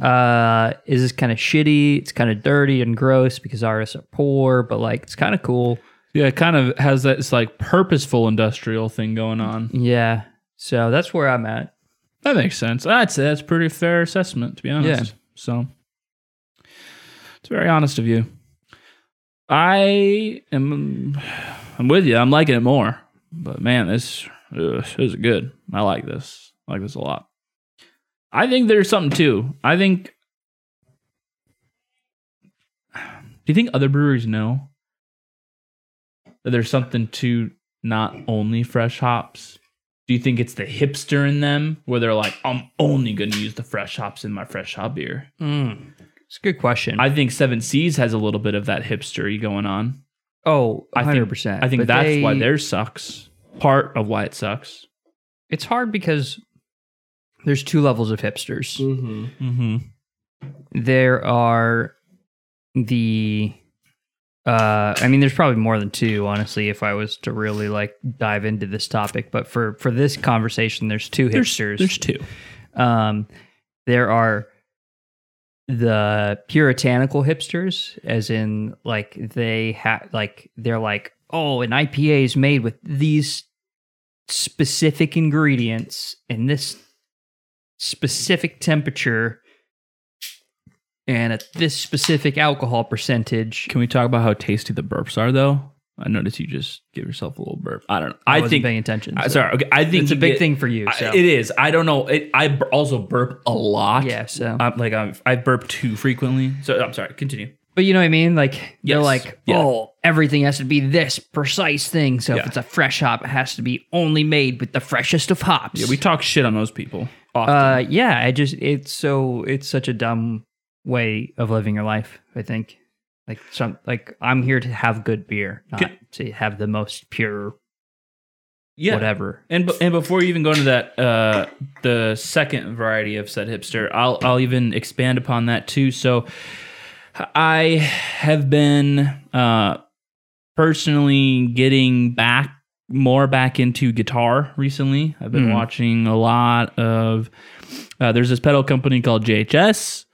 S2: Uh, is this kind of shitty? It's kind of dirty and gross because artists are poor, but like it's kind of cool.
S1: Yeah, it kind of has that. It's like purposeful industrial thing going on.
S2: Yeah. So that's where I'm at.
S1: That makes sense. I'd say that's a pretty fair assessment, to be honest.
S2: Yeah.
S1: So it's very honest of you. I am I'm with you. I'm liking it more. But man, this, ugh, this is good. I like this. I like this a lot. I think there's something too. I think Do you think other breweries know that there's something to not only fresh hops? Do you think it's the hipster in them where they're like, I'm only going to use the fresh hops in my fresh hop beer? Mm.
S2: It's a good question.
S1: I think Seven Seas has a little bit of that hipstery going on.
S2: oh,
S1: I think-
S2: 100 percent.
S1: I think that's why theirs sucks. Part of why it sucks.
S2: It's hard because there's two levels of hipsters.
S1: Mm-hmm. Mm-hmm.
S2: there are the uh i mean there's probably more than two honestly if i was to really like dive into this topic but for for this conversation there's two
S1: There's,
S2: hipsters
S1: there's two.
S2: um there are the puritanical hipsters as in like they have like they're like oh an ipa is made with these specific ingredients in this specific temperature and at this specific alcohol percentage
S1: Can we talk about how tasty the burps are, though? I noticed you just give yourself a little burp. I don't know. I,
S2: wasn't
S1: think.
S2: paying attention
S1: I,
S2: so
S1: sorry. Okay. I think
S2: it's a
S1: you
S2: big
S1: get-
S2: thing for you
S1: I-
S2: so
S1: it is. I don't know. It, I bur- also burp a lot.
S2: yeah so
S1: I'm, like I'm, I burp too frequently. So I'm sorry. Continue.
S2: But you know what I mean? Like they're
S1: Yes.
S2: like,
S1: Yeah.
S2: oh, everything has to be this precise thing. So
S1: Yeah.
S2: if it's a fresh hop, it has to be only made with the freshest of hops.
S1: Yeah, we talk shit on those people. Often.
S2: uh, yeah. I just it's so it's such a dumb way of living your life. I think like some like I'm here to have good beer, not
S1: Can-
S2: to have the most pure
S1: yeah.
S2: whatever.
S1: And b- and before you even go into that, uh, the second variety of said hipster, I'll I'll even expand upon that too. So, I have been uh, personally getting back more back into guitar recently. I've been
S2: Mhm.
S1: watching a lot of. Uh, there's this pedal company called JHS.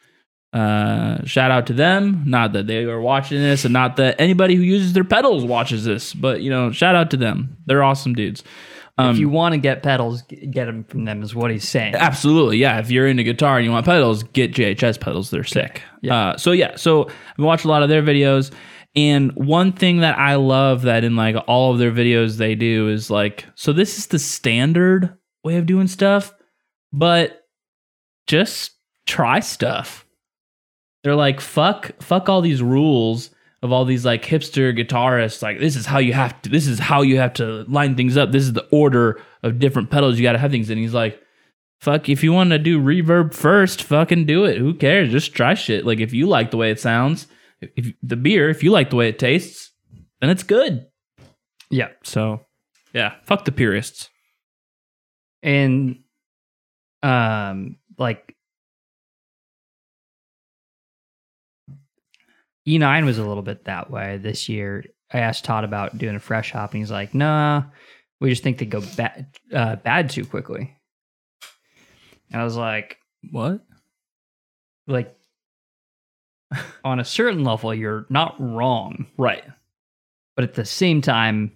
S1: Uh, shout out to them. Not that they are watching this, and not that anybody who uses their pedals watches this, but you know, shout out to them. They're awesome dudes. Um,
S2: if you want to get pedals, g- get them from them is what he's saying.
S1: Absolutely, yeah. If you're into guitar and you want pedals, get JHS pedals. They're sick.
S2: Yeah.
S1: Uh, so yeah, so I watch a lot of their videos, and one thing that I love that in like all of their videos they do is like, so this is the standard way of doing stuff, but just try stuff. They're like, fuck, fuck all these rules of all these like hipster guitarists. Like, this is how you have to, this is how you have to line things up. This is the order of different pedals you got to have things. in. he's like, fuck, if you want to do reverb first, fucking do it. Who cares? Just try shit. Like, if you like the way it sounds, if- if the beer, if you like the way it tastes, then it's good.
S2: Yeah.
S1: So, yeah, fuck the purists.
S2: and um like E9 E was a little bit that way this year. I asked Todd about doing a fresh hop, and he's like, "Nah, we just think they go bad uh, bad too quickly." And I was like,
S1: What?
S2: "Like, on a certain level, you're not wrong,
S1: Right.
S2: but at the same time,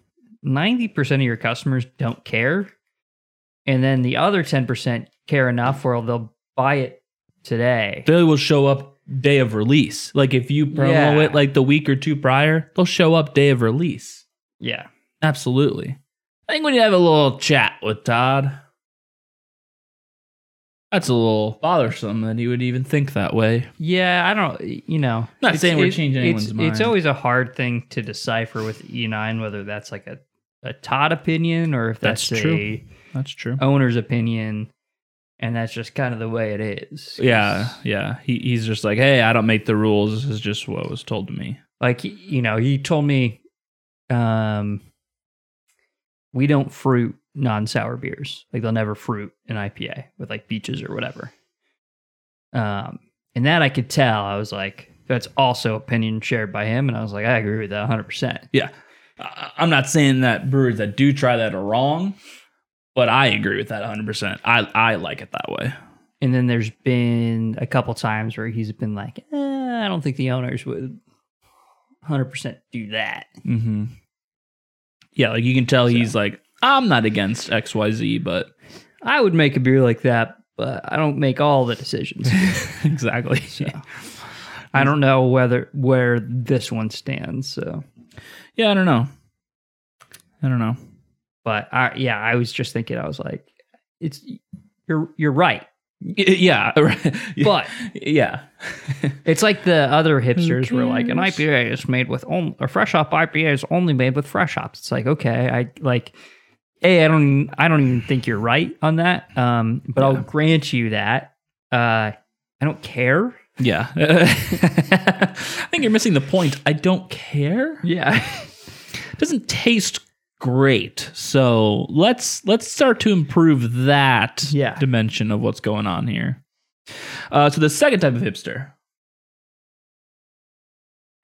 S2: 90% of your customers don't care. And then the other 10% care enough where they'll buy it today.
S1: They will show up day of release. Like, if you promo
S2: Yeah.
S1: it like the week or two prior, they'll show up day of release.
S2: Yeah.
S1: Absolutely. I think we need to have a little chat with Todd. That's a little bothersome that he would even think that way.
S2: Yeah, I don't, you know.
S1: Not saying we're changing anyone's
S2: it's- It's
S1: mind.
S2: always a hard thing to decipher with E9, whether that's like a, a Todd opinion or if that's,
S1: That's true.
S2: a
S1: That's true.
S2: owner's opinion. And that's just kind of the way it is. 'Cause,
S1: Yeah, yeah. He, he's just like, hey, I don't make the rules. This is just what was told to me.
S2: Like, you know, he told me um, we don't fruit non sour beers. Like they'll never fruit an IPA with like peaches or whatever. Um, and that I could tell. I was like, that's also opinion shared by him. And I was like, I agree with that 100%.
S1: Yeah. I, I'm not saying that brewers that do try that are wrong, but I agree with that 100%. I, I like it that way.
S2: And then there's been a couple times where he's been like, eh, I don't think the owners would 100% do that.
S1: Mm-hmm. Yeah, like you can tell he's like, I'm not against XYZ, but
S2: I would make a beer like that, but I don't make all the decisions.
S1: exactly.
S2: I don't know whether where this one stands. So,
S1: Yeah, I don't know. I don't know.
S2: but I yeah, I was just thinking. I was like, it's you're you're right,
S1: Y- Yeah. right.
S2: but
S1: yeah.
S2: it's like the other hipsters were like, an
S1: cares?
S2: IPA is made with only a fresh hop IPA is only made with fresh hops. It's like okay, I like. A, I don't, I don't even think you're right on that. Um, but
S1: Yeah.
S2: I'll grant you that. Uh, I don't care.
S1: Yeah. I think you're missing the point. I don't care.
S2: Yeah.
S1: It doesn't taste great. So let's let's start to improve that
S2: Yeah.
S1: dimension of what's going on here. Uh, so the second type of hipster.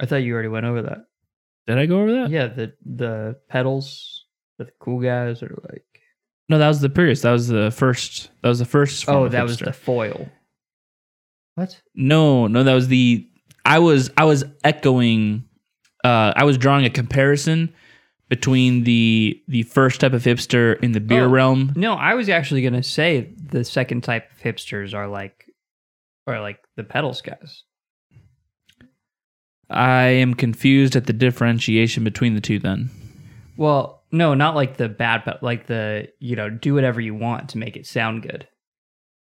S2: I thought you already went over that.
S1: Did I go over that?
S2: yeah, the the pedals that the cool guys are like.
S1: No, that was the previous. That was the first. That was the first. form
S2: Oh,
S1: of
S2: that was
S1: hipster.
S2: the foil. What?
S1: No, no, that was the I was I was echoing uh I was drawing a comparison between the the first type of hipster in the beer
S2: Oh.
S1: realm.
S2: No, I was actually gonna say the second type of hipsters are like, are like the pedals guys.
S1: I am confused at the differentiation between the two then.
S2: Well, no, not like the bad, but like the you know do whatever you want to make it sound good,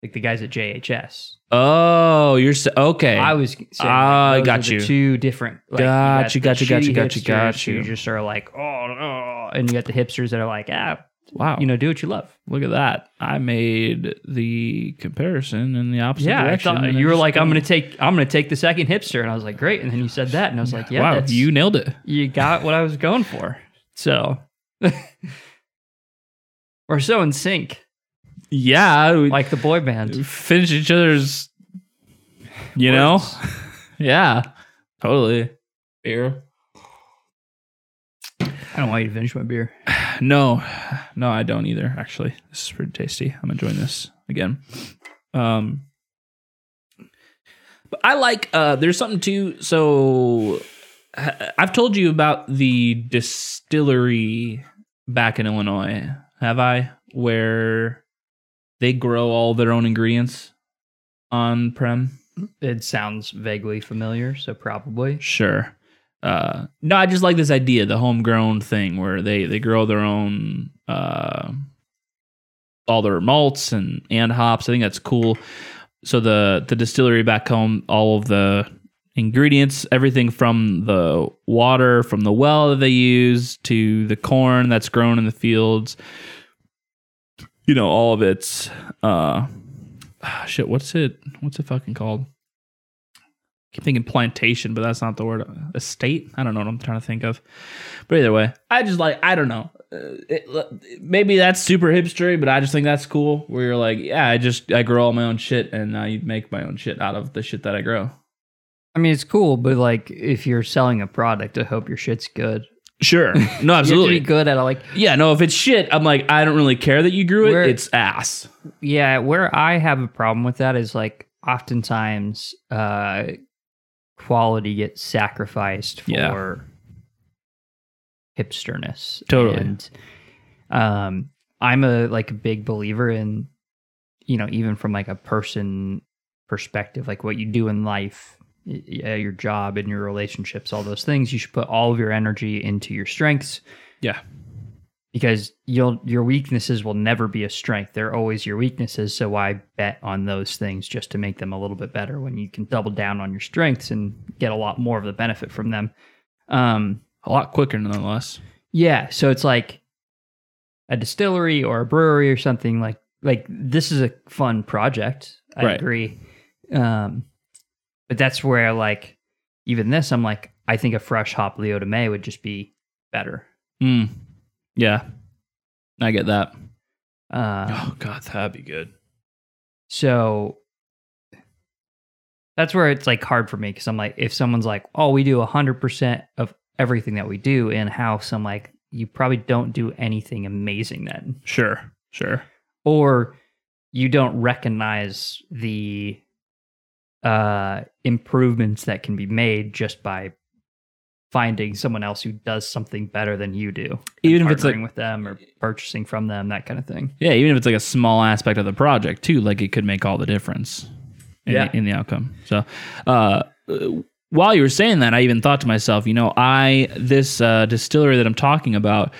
S2: like the guys at JHS.
S1: Oh, you're s okay.
S2: I was saying, like,
S1: Ah,
S2: those
S1: got
S2: are the
S1: you.
S2: Two different. Like,
S1: Got you, got
S2: the
S1: you, got you,
S2: shitty
S1: got you, got
S2: hipsters
S1: you.
S2: Who just are like, oh, oh, and you got the hipsters that are like, ah,
S1: wow.
S2: you know, do what you love.
S1: look at that. I made the comparison in the opposite
S2: yeah, I
S1: direction.
S2: thought
S1: and
S2: you were
S1: just-
S2: like, I'm gonna take, I'm gonna take the second hipster, and I was like, great. And then you said that, and I was like, yeah,
S1: wow,
S2: that's,
S1: you
S2: you
S1: nailed it.
S2: you got what I was going for. So we're so in sync,
S1: Yeah, we
S2: like the boy band.
S1: finish each other's you know?
S2: Words.
S1: Yeah, totally. Beer.
S2: I don't want you to finish my beer.
S1: No, no, I don't either. Actually, this is pretty tasty. I'm enjoying this again. Um, but I like. Uh, there's something too. So, I- I've told you about the distillery back in Illinois, have I? Where they grow all their own ingredients on prem.
S2: It sounds vaguely familiar, so probably.
S1: Sure. Uh, no, I just like this idea, the homegrown thing where they they grow their own uh, all their malts and and hops. I think that's cool. So the the distillery back home, all of the ingredients, everything from the water from the well that they use to the corn that's grown in the fields. You know, all of its uh shit, what's it what's it fucking called? keep thinking plantation, but that's not the word. Estate? I don't know what I'm trying to think of. But either way, I just like I don't know. Uh, it, maybe that's super hipstery, but I just think that's cool. Where you're like, yeah, I just I grow all my own shit, and I make my own shit out of the shit that I grow.
S2: I mean, it's cool, but like, if you're selling a product, I hope your shit's good.
S1: Sure. No,
S2: you have to be good at like
S1: yeah. No, if it's shit, I'm like, I don't really care that you grew it.
S2: Where-
S1: it's ass.
S2: Yeah, where I have a problem with that is like oftentimes uh quality gets sacrificed
S1: Yeah.
S2: for hipsterness.
S1: Totally.
S2: And um I'm a like a big believer in you know, even from like a person perspective, like what you do in life, y- y- your job and your relationships, all those things, you should put all of your energy into your strengths
S1: Yeah.
S2: because you'll your weaknesses will never be a strength they're always your weaknesses so why bet on those things just to make them a little bit better when you can double down on your strengths and get a lot more of the benefit from them um
S1: A lot quicker, nonetheless.
S2: yeah so it's like a distillery or a brewery or something like like this is a fun project i
S1: Right.
S2: agree um but that's where like even this i'm like i think a fresh hop leo de may would just be better
S1: Mm. Yeah. I get that.
S2: uh
S1: Oh god, that'd be good.
S2: So that's where it's like hard for me because I'm like, if someone's like, oh, we do 100% of everything that we do in house, I'm like, you probably don't do anything amazing then.
S1: Sure. Sure.
S2: Or you don't recognize the uh, improvements that can be made just by finding someone else who does something better than you do. and
S1: Even if it's, like-
S2: partnering with them or purchasing from them, that kind of thing.
S1: Yeah, even if it's like a small aspect of the project too, like it could make all the difference in,
S2: Yeah.
S1: the, in the outcome. So, uh, while you were saying that, I even thought to myself, you know, I this uh, distillery that I'm talking about,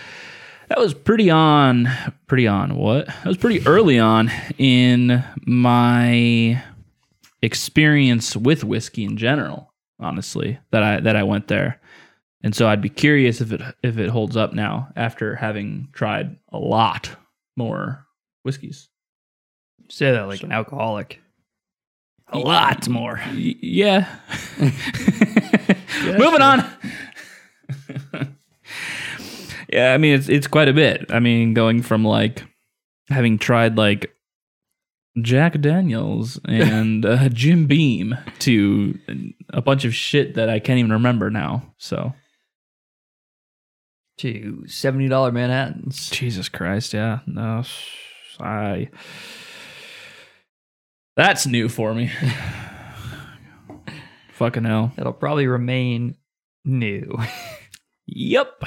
S1: that was pretty on, pretty on what? That was pretty early on in my experience with whiskey in general. Honestly, that I that I went there. And so I'd be curious if it if it holds up now after having tried a lot more whiskeys.
S2: Say that like an alcoholic. A
S1: Y-
S2: lot more.
S1: Y- yeah. Moving on. yeah, I mean it's it's quite a bit. I mean, going from like having tried like Jack Daniels and uh, Jim Beam to a bunch of shit that I can't even remember now. So
S2: To seventy dollar Manhattans.
S1: Jesus Christ, yeah. No, I. That's new for me. Fucking hell.
S2: That'll probably remain new.
S1: Yep.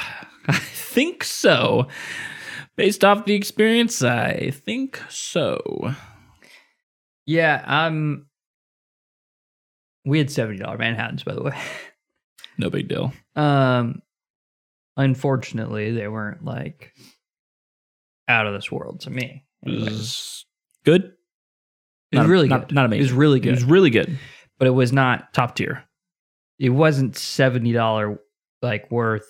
S1: I think so. Based off the experience, I think so.
S2: yeah, um we had seventy dollar Manhattans, by the way.
S1: No big deal.
S2: Um, unfortunately, they weren't like out of this world to me.
S1: It
S2: Anyway,
S1: was good.
S2: It was
S1: Not-
S2: really
S1: not-
S2: good.
S1: not
S2: It was
S1: amazing.
S2: really
S1: It was
S2: good,
S1: really good.
S2: but it was not.
S1: Top tier.
S2: It wasn't seventy dollar like worth.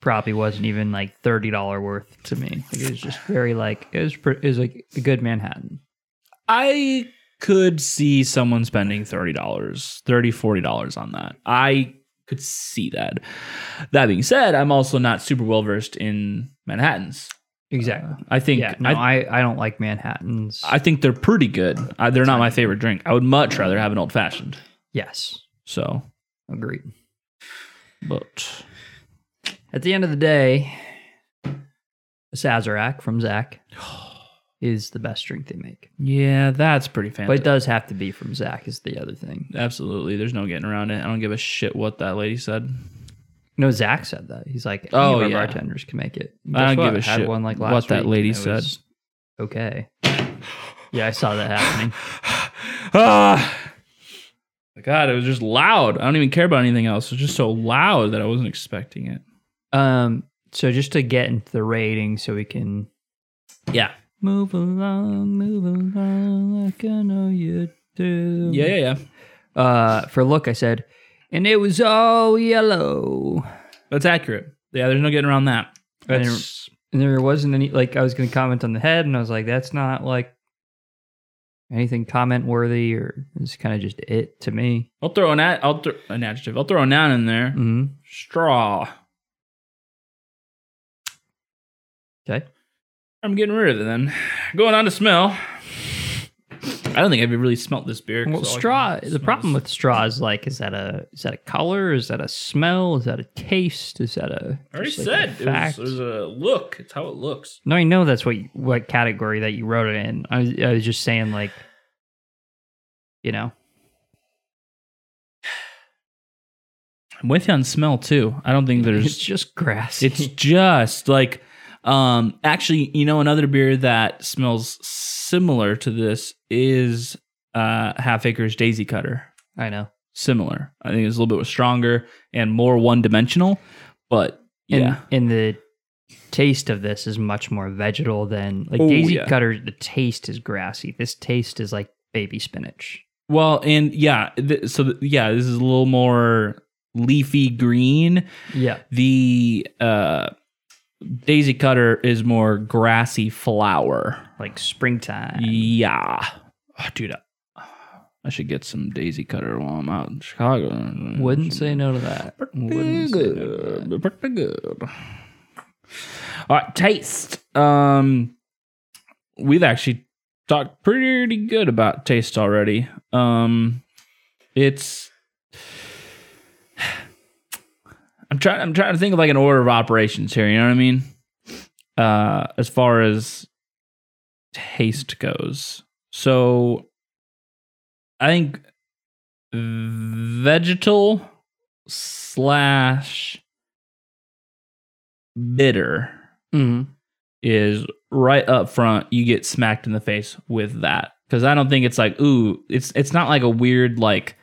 S2: Probably wasn't even like thirty dollar worth to me. Like, it was just very like it was. Pre- it was like a good Manhattan.
S1: I could see someone spending $30, $30, $40 on that. I could see that. That being said, I'm also not super well versed in Manhattans.
S2: Exactly.
S1: I think
S2: yeah. No,
S1: Uh, I,
S2: I, I don't like Manhattans.
S1: I think they're pretty good. I, they're not my favorite drink. I would much rather have an old fashioned.
S2: yes.
S1: So,
S2: Agreed.
S1: but
S2: At the end of the day, a Sazerac from Zach is the best drink they make.
S1: yeah, that's pretty
S2: But it
S1: fantastic.
S2: does have to be from Zach is the other thing.
S1: Absolutely, there's no getting around it. I don't give a shit what that lady said.
S2: No, Zach said that. He's like, any
S1: Oh,
S2: of our
S1: yeah.
S2: bartenders can make it.
S1: I
S2: Guess
S1: don't
S2: what?
S1: give a
S2: had
S1: shit
S2: one like
S1: what
S2: last
S1: that
S2: week,
S1: lady
S2: and it
S1: said.
S2: was Okay. Yeah, I saw that happening.
S1: ah, God, it was just loud. I don't even care about anything else. It was just so loud that I wasn't expecting it.
S2: Um, so just to get into the rating, so we can
S1: Yeah,
S2: move along, move along, like I know you do.
S1: yeah, yeah, yeah.
S2: Uh, for look, I said, and it was all yellow.
S1: That's accurate. Yeah, there's no getting around that.
S2: I didn't-
S1: That's
S2: and there wasn't any like I was going to comment on the head, and I was like, that's not like anything comment worthy, or it's kind of just it to me.
S1: I'll throw an ad, I'll throw an adjective. I'll throw a noun in there.
S2: hmm
S1: Straw.
S2: Okay,
S1: I'm getting rid of it then. Going on to smell. I don't think I've really smelt this beer. 'cause
S2: well,
S1: all I can
S2: straw. The
S1: smell
S2: problem
S1: is-
S2: with straw is like, is that a is that a color? Is that a smell? Is that a taste? Is that a?
S1: I already
S2: just, like,
S1: said
S2: a
S1: it was,
S2: fact?
S1: it was a look. It's how it looks.
S2: no, I know that's what you, what category that you wrote it in. I was, I was just saying like, you know,
S1: I'm with you on smell too. I don't think
S2: it's
S1: there's.
S2: just grass.
S1: it's just like, um, actually, you know, another beer that smells similar to this is uh, Half Acres Daisy Cutter.
S2: I know.
S1: Similar. I think it's a little bit stronger and more one dimensional, but yeah.
S2: and, and the taste of this is much more vegetal than like
S1: Oh,
S2: daisy
S1: yeah.
S2: cutter the taste is grassy this taste is like baby spinach
S1: Well, and yeah, th- so th- yeah, this is a little more leafy green.
S2: yeah
S1: The uh, daisy cutter is more grassy flower.
S2: like springtime
S1: Yeah, oh, dude, I, I should get some daisy cutter while I'm out in Chicago. Mm-hmm.
S2: wouldn't say no to that
S1: Pretty
S2: wouldn't say no to that.
S1: good. Pretty good. All right, taste. Um, we've actually talked pretty good about taste already. Um, it's. I'm trying. I'm trying to think of like an order of operations here. You know what I mean? Uh, as far as taste goes, so I think vegetal slash bitter
S2: Mm-hmm.
S1: is right up front you get smacked in the face with that because i don't think it's like ooh it's it's not like a weird like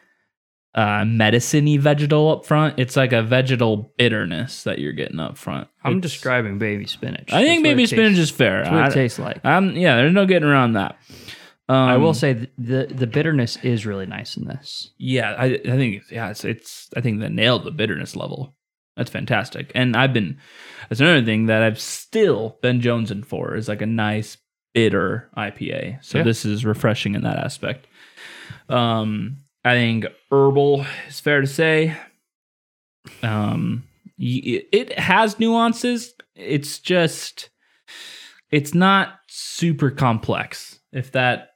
S1: uh medicine-y vegetal up front it's like a vegetal bitterness that you're getting up front
S2: I'm
S1: It's-
S2: describing baby spinach.
S1: i think
S2: That's what
S1: maybe
S2: it
S1: spinach
S2: tastes-
S1: is fair
S2: That's what it
S1: I,
S2: tastes like.
S1: am yeah there's no getting around that um,
S2: I will say th- the the bitterness is really nice in this.
S1: Yeah, I, I think it's- yeah, it's it's I think that nailed the bitterness level. That's fantastic. And I've been that's another thing that I've still been jonesing for is like a nice bitter IPA. So
S2: Yeah.
S1: this is refreshing in that aspect. Um I think herbal is fair to say. Um y- it has nuances. It's just it's not super complex if that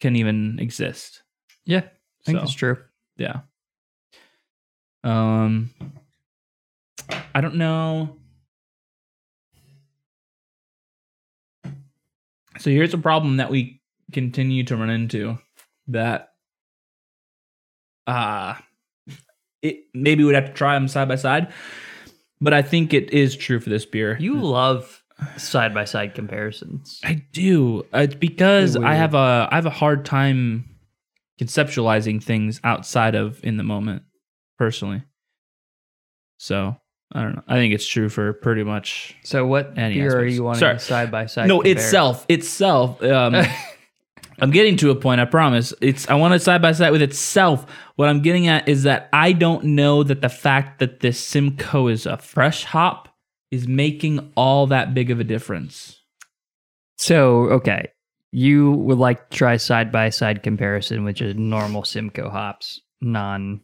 S1: can even exist.
S2: Yeah, I think
S1: So.
S2: that's true.
S1: Yeah. Um I don't know. So here's a problem that we continue to run into that uh it maybe we'd have to try them side by side. But I think it is true for this beer.
S2: You love side by side comparisons.
S1: I do. Uh, It's because
S2: They're
S1: I
S2: weird.
S1: have a I have a hard time conceptualizing things outside of in the moment, personally. So I don't know. I think it's true for pretty much.
S2: So what
S1: Any
S2: beer are
S1: aspects.
S2: you wanting
S1: Sorry.
S2: to side by side?
S1: no,
S2: compare?
S1: itself, itself. Um, I'm getting to a point. I promise. It's I want it side by side with itself. What I'm getting at is that I don't know that the fact that this Simcoe is a fresh hop is making all that big of a difference.
S2: So okay, you would like to try side by side comparison, which is normal Simcoe hops, non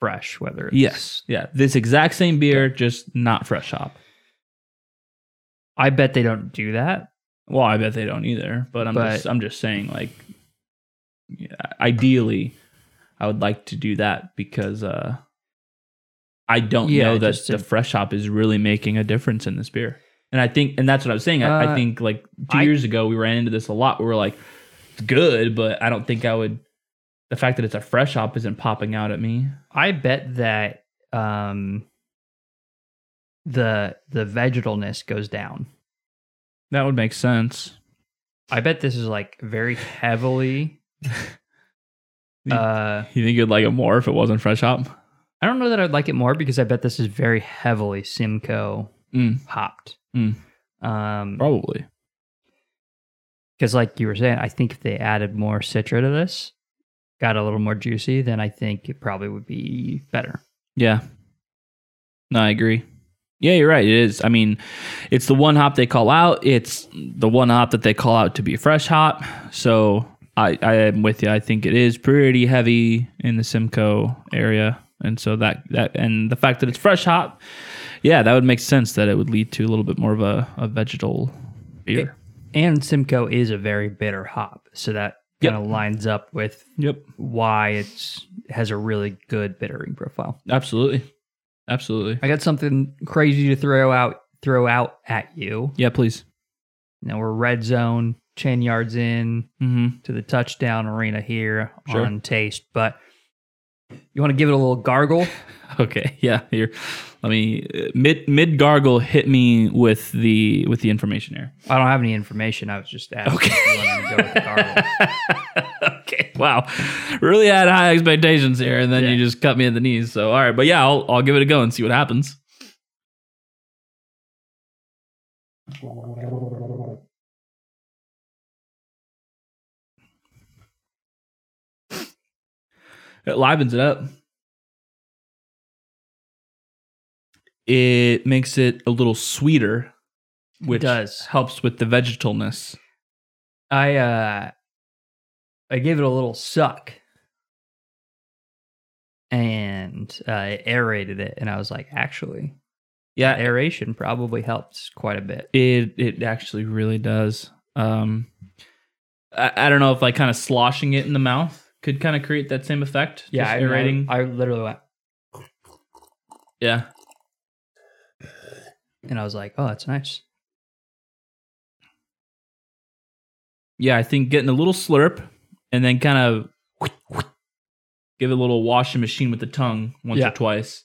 S2: fresh, whether it's
S1: Yes. Yeah. This exact same beer, just not fresh hop.
S2: I bet they don't do that.
S1: Well, I bet they don't either. But I'm
S2: But-
S1: just I'm just saying like yeah, ideally I would like to do that because uh I don't
S2: Yeah,
S1: know that
S2: just
S1: the
S2: to-
S1: fresh hop is really making a difference in this beer. And I think and that's what I was saying. I, I
S2: Uh,
S1: think like two
S2: I-
S1: years ago we ran into this a lot. We were like, it's good, but I don't think I would the fact that it's a fresh hop isn't popping out at me.
S2: I bet that um the the vegetalness goes down.
S1: That would make sense.
S2: I bet this is like very heavily uh
S1: You think you'd like it more if it wasn't fresh hop?
S2: I don't know that I'd like it more because I bet this is very heavily Simcoe
S1: Mm.
S2: hopped.
S1: Mm.
S2: Um,
S1: Probably.
S2: because like you were saying, I think if they added more citra to this, got a little more juicy, then I think it probably would be better.
S1: Yeah. No, I agree. Yeah, you're right. It is. I mean, it's the one hop they call out. It's the one hop that they call out to be a fresh hop. So I, I am with you. I think it is pretty heavy in the Simcoe area, and so that that and the fact that it's fresh hop, yeah, that would make sense that it would lead to a little bit more of a, a vegetal beer.
S2: And Simcoe is a very bitter hop, so that
S1: Yep.
S2: kind of lines up with
S1: Yep,
S2: why it's has a really good bittering profile.
S1: absolutely, absolutely.
S2: I got something crazy to throw out throw out at you.
S1: Yeah, please.
S2: Now we're red zone, ten yards in.
S1: Mm-hmm.
S2: to the touchdown arena here
S1: Sure.
S2: on taste, but you want to give it a little gargle?
S1: Okay, yeah. Here, let me uh, mid mid gargle hit me with the with the information here.
S2: I don't have any information. I was just asking.
S1: Okay.
S2: if you wanted to go with the gargle.
S1: okay. Wow. Really had high expectations here, and then you
S2: Yeah.
S1: just cut me at the knees. So all right, but yeah, I'll I'll give it a go and see what happens. It livens it up. It makes it a little sweeter, which
S2: does.
S1: helps with the vegetalness.
S2: I uh, I gave it a little suck, and uh, I aerated it, and I was like, actually,
S1: Yeah,
S2: aeration probably helps quite a bit.
S1: It it actually really does. Um, I, I don't know if like kind of sloshing it in the mouth could kind of create that same effect. just
S2: I,
S1: aerating.
S2: I, I literally went,
S1: yeah,
S2: and I was like, oh, that's nice.
S1: yeah. I think getting a little slurp and then kind of give it a little washing machine with the tongue once
S2: Yeah.
S1: or twice.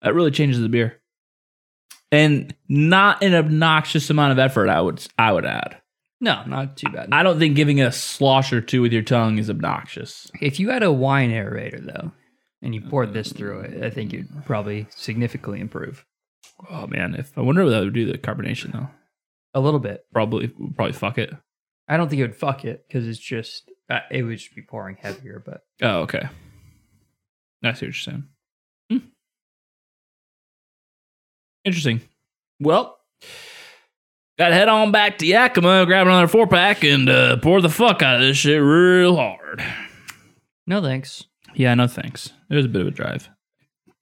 S1: That really changes the beer. and not an obnoxious amount of effort. I would I would add.
S2: No, not too bad.
S1: I don't think giving it a slosh or two with your tongue is obnoxious.
S2: if you had a wine aerator though, and you poured this through it, I think you'd probably significantly improve
S1: Oh man, if I wonder if that would do the carbonation though.
S2: a little bit.
S1: Probably probably fuck it.
S2: I don't think it would fuck it because it's just uh, it would just be pouring heavier. But
S1: Oh okay. I see what you're saying. Hmm. Interesting. Well, gotta head on back to Yakima, grab another four pack, and uh, pour the fuck out of this shit real hard.
S2: no thanks.
S1: Yeah, no thanks. It was a bit of a drive.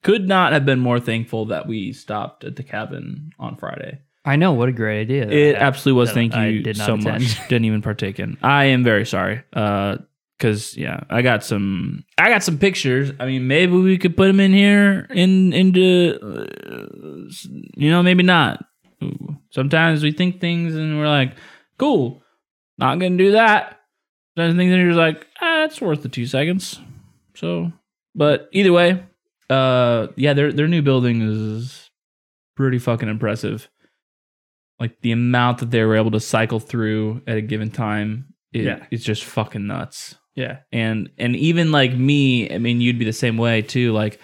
S1: Could not have been more thankful that we stopped at the cabin on Friday.
S2: I know what a great idea. that
S1: It
S2: I-
S1: absolutely was.
S2: that
S1: Thank
S2: I
S1: you
S2: did not
S1: so
S2: attend.
S1: much. Didn't even partake in. I am very sorry. Uh, cause yeah, I got some. I got some pictures. I mean, maybe we could put them in here. In into, uh, s- you know, maybe not. Ooh. Sometimes we think things and we're like, cool, not gonna do that. Sometimes things and you're just like, ah, it's worth the two seconds. So, but either way, uh, yeah, their their new building is pretty fucking impressive. Like the amount that they were able to cycle through at a given time, it,
S2: Yeah.
S1: it's just fucking nuts.
S2: Yeah.
S1: And and even like me, I mean, you'd be the same way too. Like,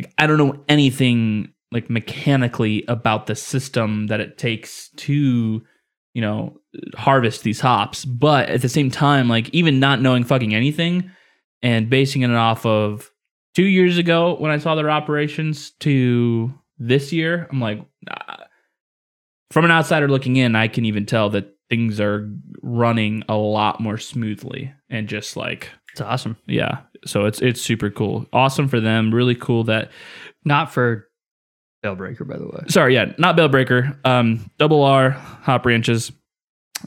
S1: like, I don't know anything like mechanically about the system that it takes to, you know, harvest these hops. But at the same time, like even not knowing fucking anything and basing it off of two years ago when I saw their operations to this year, I'm like, ah. from an outsider looking in, I can even tell that things are running a lot more smoothly and just like,
S2: It's awesome.
S1: yeah. So it's it's super cool, awesome for them. Really cool that.
S2: Not for Bellbreaker, by the way.
S1: Sorry, yeah, not Bellbreaker. Um, double R hop ranches,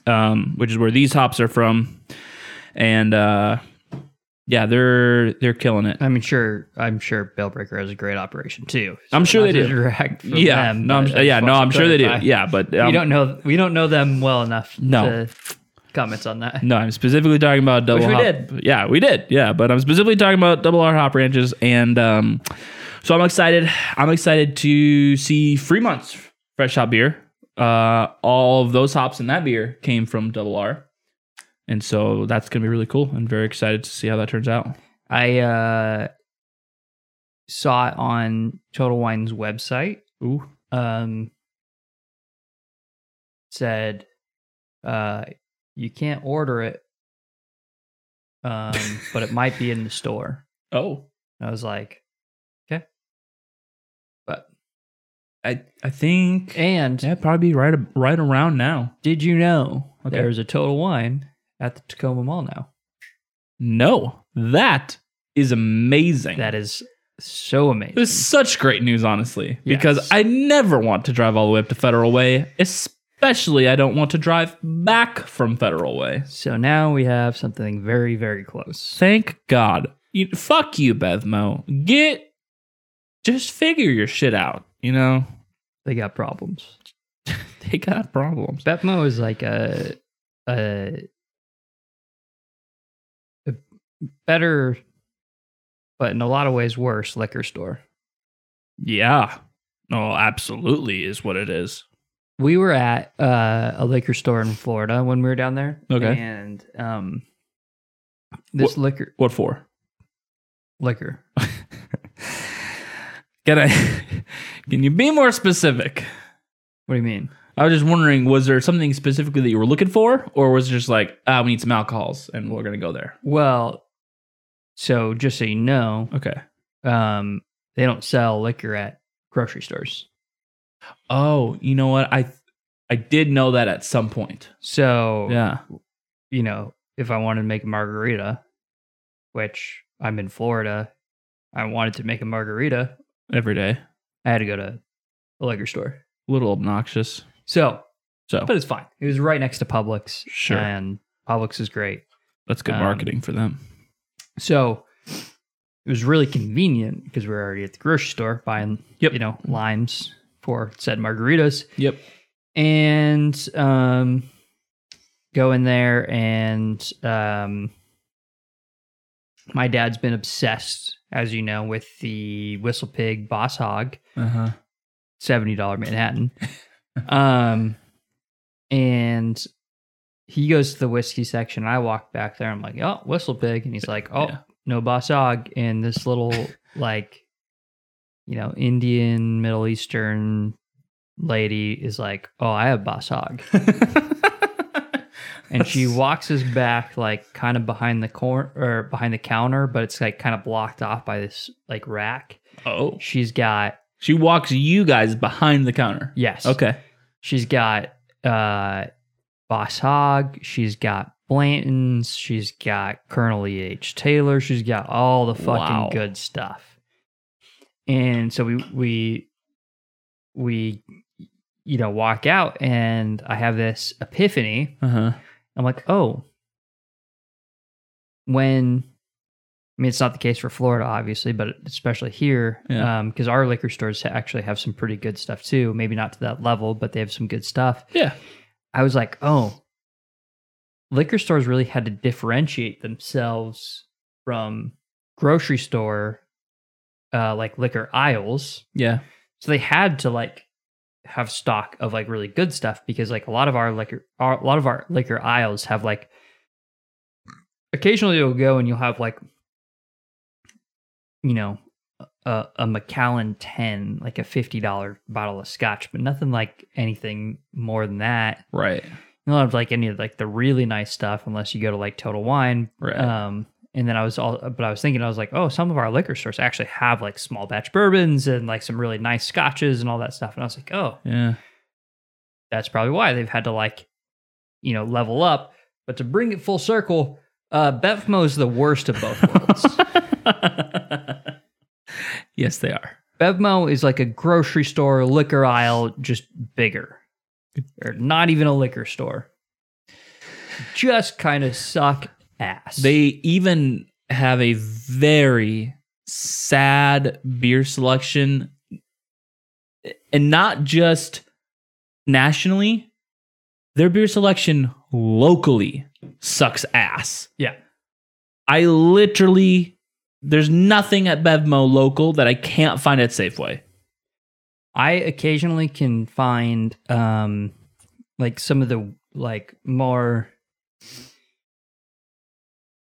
S1: um, which is where these hops are from, and uh, yeah, they're they're killing it.
S2: I mean, sure. I'm sure Bellbreaker has a great operation too.
S1: I'm sure
S2: not
S1: they
S2: to
S1: do.
S2: Direct from
S1: Yeah,
S2: them,
S1: no, I'm,
S2: but I
S1: yeah,
S2: just
S1: no,
S2: wanted
S1: I'm
S2: to
S1: sure they do.
S2: clarify.
S1: Yeah, but
S2: we
S1: um,
S2: don't know. We don't know them well enough.
S1: No.
S2: to comment on that.
S1: No, I'm specifically talking about double.
S2: Which we
S1: hop.
S2: did.
S1: Yeah, we did. Yeah, but I'm specifically talking about double R hop ranches, and um, so I'm excited. I'm excited to see Fremont's fresh hop beer. Uh, all of those hops in that beer came from double R, and so that's gonna be really cool. I'm very excited to see how that turns out.
S2: I uh, saw it on Total Wine's website.
S1: Ooh,
S2: Um, said, uh, you can't order it, um, but it might be in the store.
S1: oh,
S2: And I was like,
S1: I I think
S2: and
S1: yeah, probably right ab- right around now.
S2: did you know
S1: Okay.
S2: there's a Total Wine at the Tacoma Mall now?
S1: No, that is amazing.
S2: That is so amazing.
S1: It was such great news, honestly,
S2: Yes.
S1: because I never want to drive all the way up to Federal Way, especially I don't want to drive back from Federal Way.
S2: so now we have something very, very close.
S1: Thank God. You, fuck you, Bevmo. Get, just figure your shit out. You know,
S2: They got problems.
S1: they got problems.
S2: Bepmo is like a a, a better, but in a lot of ways worse liquor store.
S1: Yeah. Oh, absolutely is what it is.
S2: We were at uh, a liquor store in Florida when we were down there.
S1: Okay.
S2: and um, this liquor
S1: What for?
S2: liquor.
S1: Can I? Can you be more specific?
S2: What do you mean?
S1: I was just wondering, was there something specifically that you were looking for, or was it just like, ah, we need some alcohols and we're gonna go there?
S2: Well, so just so you know,
S1: Okay.
S2: um, they don't sell liquor at grocery stores.
S1: Oh, you know what? I I did know that at some point.
S2: So
S1: Yeah.
S2: you know, if I wanted to make a margarita, which I'm in Florida, I wanted to make a margarita,
S1: Every day.
S2: I had to go to a liquor store.
S1: A little obnoxious.
S2: So,
S1: So
S2: but it's fine. It was right next to Publix.
S1: Sure.
S2: And Publix is great.
S1: that's good
S2: um,
S1: marketing for them.
S2: So it was really convenient because we were already at the grocery store buying,
S1: Yep.
S2: you know, limes for said margaritas.
S1: Yep.
S2: and um go in there and um my dad's been obsessed as you know with the whistle pig boss hog
S1: Uh huh.
S2: seventy dollar Manhattan. um, and he goes to the whiskey section. I walk back there. I'm like, oh, whistle pig, and he's like, oh,
S1: Yeah.
S2: no basag, and this little like, you know, Indian Middle Eastern lady is like, oh, I have basag. and she walks us back like kind of behind the corner or behind the counter, but it's like kind of blocked off by this like rack.
S1: Oh,
S2: She's got
S1: she walks you guys behind the counter.
S2: yes,
S1: Okay.
S2: She's got uh Boss Hogg, she's got Blanton's, she's got Colonel E. H. Taylor, she's got all the fucking
S1: Wow.
S2: good stuff. And so we we we you know walk out and I have this epiphany.
S1: Uh huh.
S2: I'm like, oh, when I mean, it's not the case for Florida, obviously, but especially here, because
S1: Yeah.
S2: our liquor stores ha- actually have some pretty good stuff too. Maybe not to that level, but they have some good stuff.
S1: Yeah.
S2: I was like, oh, liquor stores really had to differentiate themselves from grocery store, uh, like liquor aisles.
S1: Yeah.
S2: So they had to like have stock of like really good stuff because like a lot of our liquor, our, a lot of our liquor aisles have like. Occasionally, you'll go and you'll have like, you know, a, a Macallan ten, like a fifty dollar bottle of scotch, but nothing like anything more than that.
S1: Right.
S2: You don't have like any of like the really nice stuff unless you go to like Total Wine.
S1: Right.
S2: Um, and then I was all, but I was thinking, I was like, oh, some of our liquor stores actually have like small batch bourbons and like some really nice scotches and all that stuff. And I was like, oh,
S1: yeah.
S2: that's probably why they've had to like, you know, level up. But to bring it full circle, uh, Bevmo is the worst of both worlds.
S1: yes, they are.
S2: Bevmo is like a grocery store liquor aisle, just bigger. Or not even a liquor store. Just kind of suck ass.
S1: They even have a very sad beer selection and not just nationally. Their beer selection locally sucks ass.
S2: Yeah.
S1: I literally there's nothing at Bevmo local that I can't find at Safeway.
S2: I occasionally can find um like some of the like more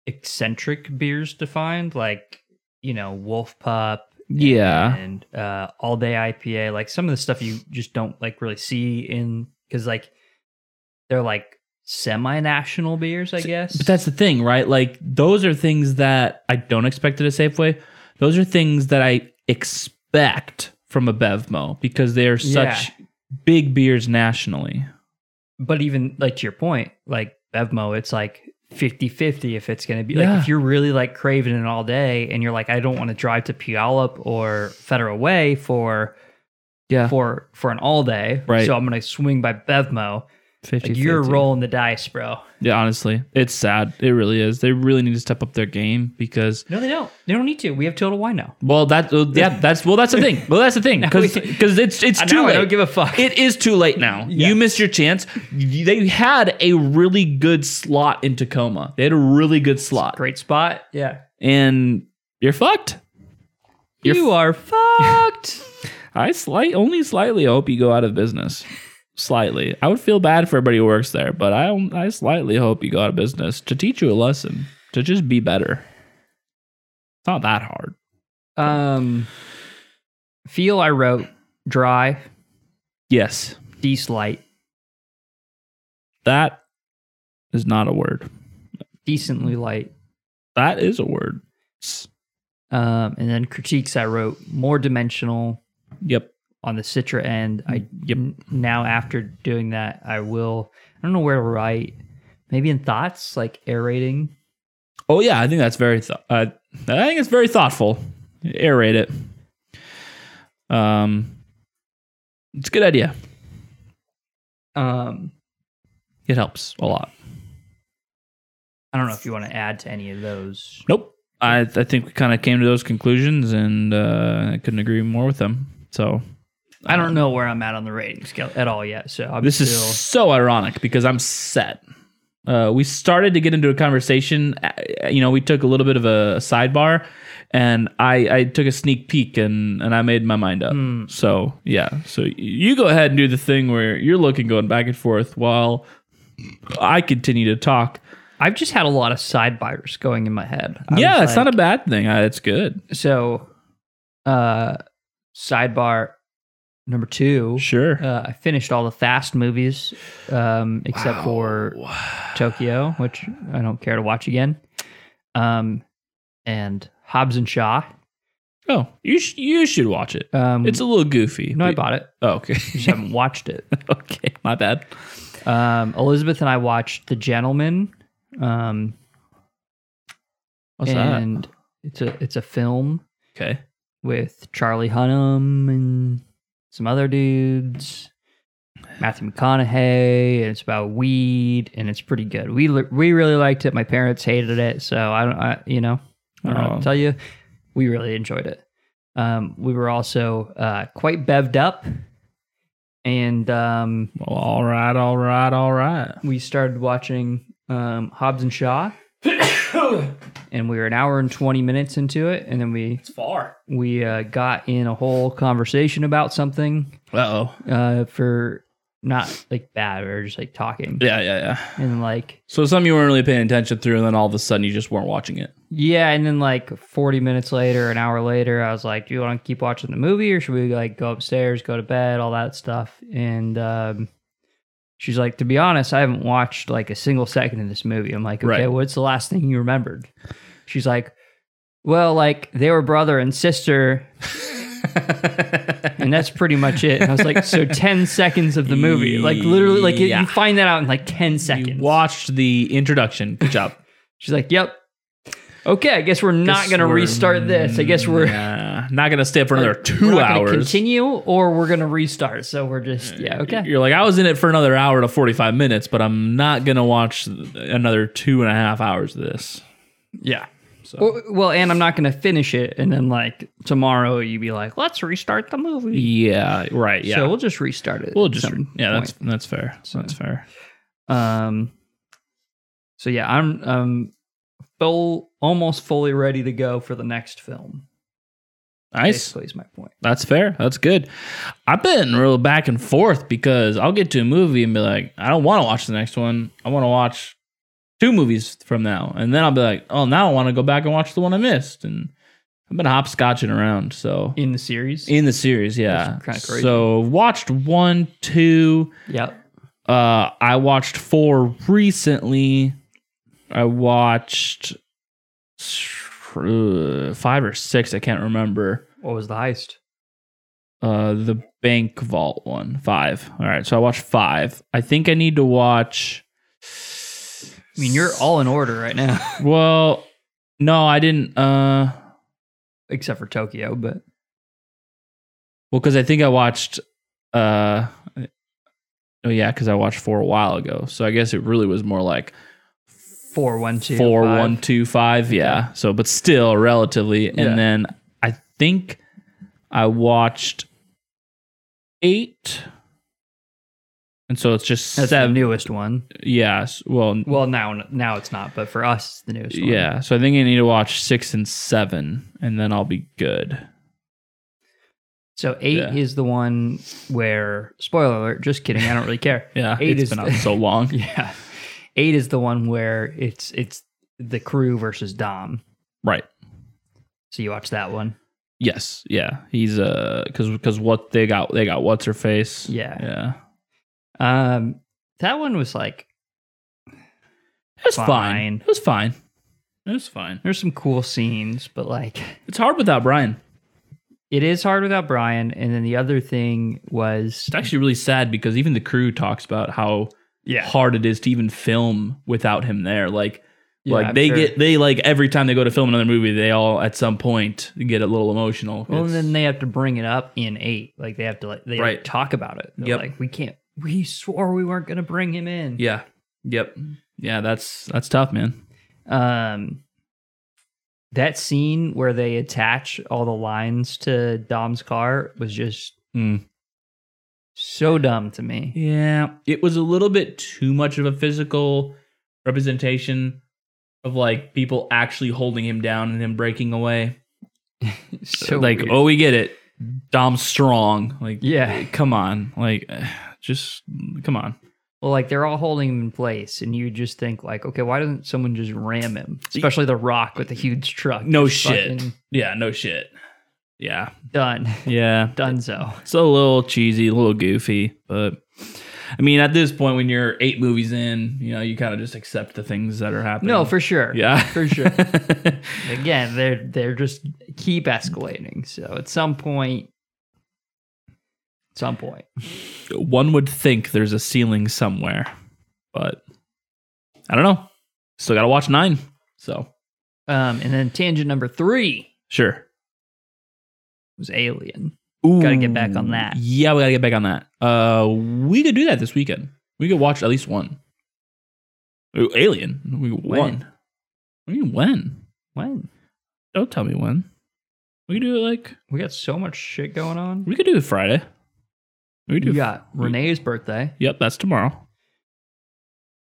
S2: eccentric beers to find, like you know, Wolf Pup
S1: Yeah.
S2: and uh all day IPA, like some of the stuff you just don't like really see in because like they're like semi national beers, I guess.
S1: But that's the thing, right? Like those are things that I don't expect at a Safeway. Those are things that I expect from a Bevmo because they are such big beers nationally.
S2: but even like to your point, like Bevmo, it's like 50 50 if it's going to be
S1: Yeah.
S2: like if you're really like craving it all day and you're like, I don't want to drive to Puyallup or Federal Way for
S1: Yeah.
S2: for for an all day,
S1: Right.
S2: So I'm going to swing by Bevmo.
S1: 50,
S2: Like, you're
S1: 50.
S2: rolling the dice, bro.
S1: Yeah, honestly. It's sad. It really is. They really need to step up their game because
S2: No, they don't. They don't need to. We have Total Wine now.
S1: well that uh, yeah, that's well that's the thing. Well that's the thing. Cuz
S2: we-
S1: it's it's
S2: I
S1: too
S2: know, I
S1: late.
S2: don't give a fuck.
S1: it is too late now.
S2: Yeah.
S1: You missed your chance. You- They had a really good slot in Tacoma. They had a really good slot.
S2: Great spot. Yeah.
S1: and you're fucked. You're
S2: you are fucked.
S1: I slight only slightly hope you go out of business. Slightly, I would feel bad for everybody who works there, but I I slightly hope you go out of business to teach you a lesson to just be better. It's not that hard.
S2: um, feel I wrote dry,
S1: Yes,
S2: dece light,
S1: that is not a word.
S2: decently light.
S1: That is a word. S-
S2: Um, and then critiques I wrote more dimensional
S1: Yep.
S2: on the Citra end. I
S1: Yep.
S2: n- now after doing that, I will. I don't know where to write. Maybe in thoughts, like aerating.
S1: Oh yeah, I think that's very. Th- uh, I think it's very thoughtful. Aerate it. Um, it's a good idea.
S2: Um,
S1: It helps a lot.
S2: I don't know if you want to add to any of those.
S1: Nope. I I think we kind of came to those conclusions, and uh, I couldn't agree more with them. So
S2: I don't know where I'm at on the rating scale at all yet. So I'm
S1: this
S2: still,
S1: is so ironic because I'm set. uh, we started to get into a conversation. Uh, You know, we took a little bit of a sidebar, and I, I took a sneak peek and and I made my mind up.
S2: Hmm.
S1: So yeah, so y- you go ahead and do the thing where you're looking going back and forth while I continue to talk.
S2: I've just had a lot of sidebars going in my head. I
S1: yeah,
S2: was
S1: it's not a
S2: like-
S1: bad thing. Uh, It's good.
S2: so. Uh, sidebar number two.
S1: Sure.
S2: Uh, I finished all the Fast movies, um, except
S1: Wow.
S2: for Tokyo, which I don't care to watch again. Um, and Hobbs and Shaw.
S1: oh, you sh- you should watch it.
S2: Um,
S1: It's a little goofy.
S2: no, I
S1: but-
S2: bought it.
S1: Oh, okay.
S2: Just haven't watched it.
S1: okay, my bad.
S2: Um, Elizabeth and I watched The Gentleman. Um,
S1: What's
S2: and it's a it's a film
S1: that? Okay.
S2: with Charlie Hunnam and some other dudes, Matthew McConaughey, and it's about weed, and it's pretty good. We li- we really liked it. My parents hated it, so I don't, I, you know, I don't know what
S1: Oh.
S2: to tell you. We really enjoyed it. Um, we were also uh, quite bevved up, and um,
S1: Well, all right, all right, all right.
S2: we started watching um, Hobbs and Shaw, and we were an hour and twenty minutes into it, and then we
S1: It's far.
S2: we uh, got in a whole conversation about something
S1: Uh oh.
S2: uh, for not like bad or just like talking
S1: Yeah, yeah, yeah.
S2: and like
S1: So some you weren't really paying attention through, and then all of a sudden you just weren't watching it.
S2: yeah and then like 40 minutes later an hour later i was like do you want to keep watching the movie or should we like go upstairs go to bed all that stuff and um she's like to be honest i haven't watched like a single second of this movie i'm like okay
S1: Right.
S2: what's the last thing you remembered she's like well like they were brother and sister and that's pretty much it. And I was like, so ten seconds of the movie, like literally, like it-
S1: Yeah.
S2: you find that out in like ten
S1: you
S2: seconds.
S1: watched the introduction. Good job.
S2: She's like, "Yep, okay, I guess we're not
S1: Guess
S2: gonna
S1: we're-
S2: restart this. I guess we're
S1: Nah, not gonna stay up for another 2
S2: we're not gonna
S1: hours. Uh,
S2: continue, or we're gonna restart. So we're just yeah, okay,
S1: You're like, I was in it for another hour to 45 minutes, but I'm not gonna watch another two and a half hours of this.
S2: yeah." Well, well, and I'm not gonna finish it, and then like tomorrow you'd be like, "Let's restart the movie."
S1: Yeah, right. Yeah,
S2: So we'll just restart it.
S1: we'll
S2: at
S1: just
S2: some
S1: yeah,
S2: point.
S1: that's that's fair. That's fair.
S2: Um, so yeah, I'm um full, almost fully ready to go for the next film.
S1: Nice.
S2: Basically, is my point.
S1: That's fair. That's good. I've been real back and forth because I'll get to a movie and be like, I don't want to watch the next one. I want to watch two movies from now, and then I'll be like, oh, now I want to go back and watch the one I missed, and I've been hopscotching around. So
S2: In the series,
S1: in the series, yeah,
S2: That's kinda crazy.
S1: So watched one, two.
S2: yeah,
S1: Uh, I watched four recently. I watched uh, five or six. I can't remember.
S2: what was the heist?
S1: Uh, the bank vault one, five. All right, so I watched five. I think I need to watch.
S2: I mean, you're all in order right now,
S1: Well, no, I didn't. Uh,
S2: except for Tokyo. But
S1: well, because I think I watched. Uh, oh yeah, because I watched four a while ago. So I guess it really was more like
S2: four, one, two,
S1: four,
S2: five.
S1: one, two, five. Yeah. So, but still relatively. And
S2: Yeah.
S1: then I think I watched eight. And so it's just
S2: That's the
S1: seven.
S2: newest one.
S1: Yes. Well,
S2: Well, now now it's not, but for us, it's the newest one.
S1: Yeah, so I think I need to watch six and seven, and then I'll be good.
S2: So eight
S1: Yeah.
S2: is the one where spoiler alert. Just kidding. I don't really care.
S1: Yeah,
S2: Eight
S1: it's
S2: is
S1: been
S2: the-
S1: out so long.
S2: yeah, eight is the one where it's it's the crew versus Dom.
S1: right.
S2: So you watch that one.
S1: Yes. Yeah. He's uh, because because what they got they got what's her face.
S2: Yeah.
S1: Yeah.
S2: Um, that one was like
S1: It was fine.
S2: Fine.
S1: It was fine. It was fine.
S2: there's some cool scenes, but like
S1: It's hard without Brian.
S2: it is hard without Brian. And then the other thing was
S1: It's actually really sad because even the crew talks about how
S2: yeah,
S1: hard it is to even film without him there. Like.
S2: Yeah,
S1: like
S2: I'm
S1: they
S2: sure.
S1: get they like every time they go to film another movie they all at some point get a little emotional
S2: Well, Oh, and
S1: It's-
S2: then they have to bring it up in eight. Like they have to like they like,
S1: Right.
S2: talk about it. They're
S1: Yep.
S2: Like we can't. We swore we weren't going to bring him in.
S1: Yeah. Yep. Yeah, that's that's tough, man.
S2: Um, that scene where they attach all the lines to Dom's car was just
S1: Hmm.
S2: so dumb to me.
S1: Yeah, it was a little bit too much of a physical representation of like people actually holding him down and him breaking away.
S2: so
S1: like,
S2: weird.
S1: oh, we get it. Dom's strong. Like,
S2: Yeah.
S1: come on. Like, just come on.
S2: Well, like they're all holding him in place, and you just think like, okay, why doesn't someone just ram him? Especially the Rock with the huge truck.
S1: No
S2: Just
S1: shit.
S2: fucking
S1: Yeah, no shit. Yeah,
S2: Done.
S1: yeah.
S2: Dunzo.
S1: It's a little cheesy, a little goofy, but I mean, at this point, when you're eight movies in, you know, you kind of just accept the things that are happening.
S2: No, for sure.
S1: yeah,
S2: for sure. Again, they're they're just keep escalating. So at some point, at some point,
S1: One would think there's a ceiling somewhere, but I don't know. Still got to watch nine, so
S2: um, and then tangent number three
S1: sure.
S2: was Alien.
S1: Ooh,
S2: Gotta get back on that.
S1: Yeah, we gotta get back on that. Uh, we could do that this weekend. We could watch at least one. Ooh, Alien. We
S2: When?
S1: one. What do you mean when?
S2: When
S1: Don't tell me when. We could do it like
S2: we got so much shit going on,
S1: we could do it Friday. We could do.
S2: we got Renee's birthday
S1: Yep, that's tomorrow,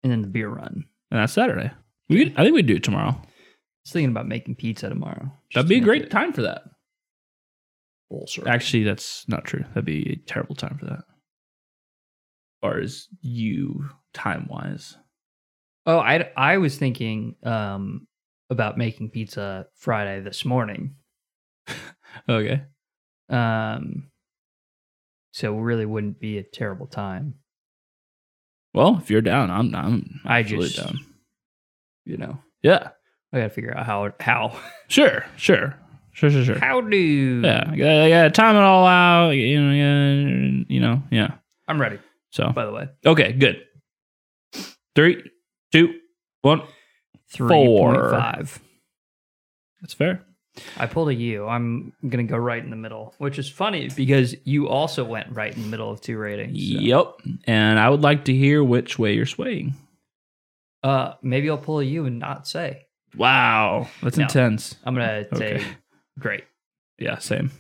S2: and then the beer run.
S1: and that's Saturday. We could, I think we do it tomorrow.
S2: I was thinking about making pizza tomorrow.
S1: That'd be a great time for that.
S2: time.
S1: Actually, that's not true. That'd be a terrible time for that. As far as you time wise,
S2: Oh, I, I was thinking um, about making pizza Friday this morning.
S1: okay.
S2: Um, so it really wouldn't be a terrible time,
S1: Well, if you're down, I'm. I'm
S2: I
S1: absolutely
S2: just-
S1: down.
S2: you know.
S1: Yeah.
S2: I gotta figure out how how
S1: Sure. Sure. Sure. Sure. Sure.
S2: how do
S1: Yeah. I gotta, I gotta time it all out. You know. yeah, You know. Yeah.
S2: I'm ready.
S1: So.
S2: By the way,
S1: Okay. Good. Three, two, one.
S2: three point five.
S1: That's fair.
S2: I pulled a U. I'm gonna go right in the middle, which is funny because you also went right in the middle of two ratings. so.
S1: Yep. And I would like to hear which way you're swaying.
S2: Uh, maybe I'll pull a U and not say.
S1: Wow. That's
S2: No.
S1: intense.
S2: I'm gonna
S1: Okay.
S2: say great.
S1: Yeah. Same.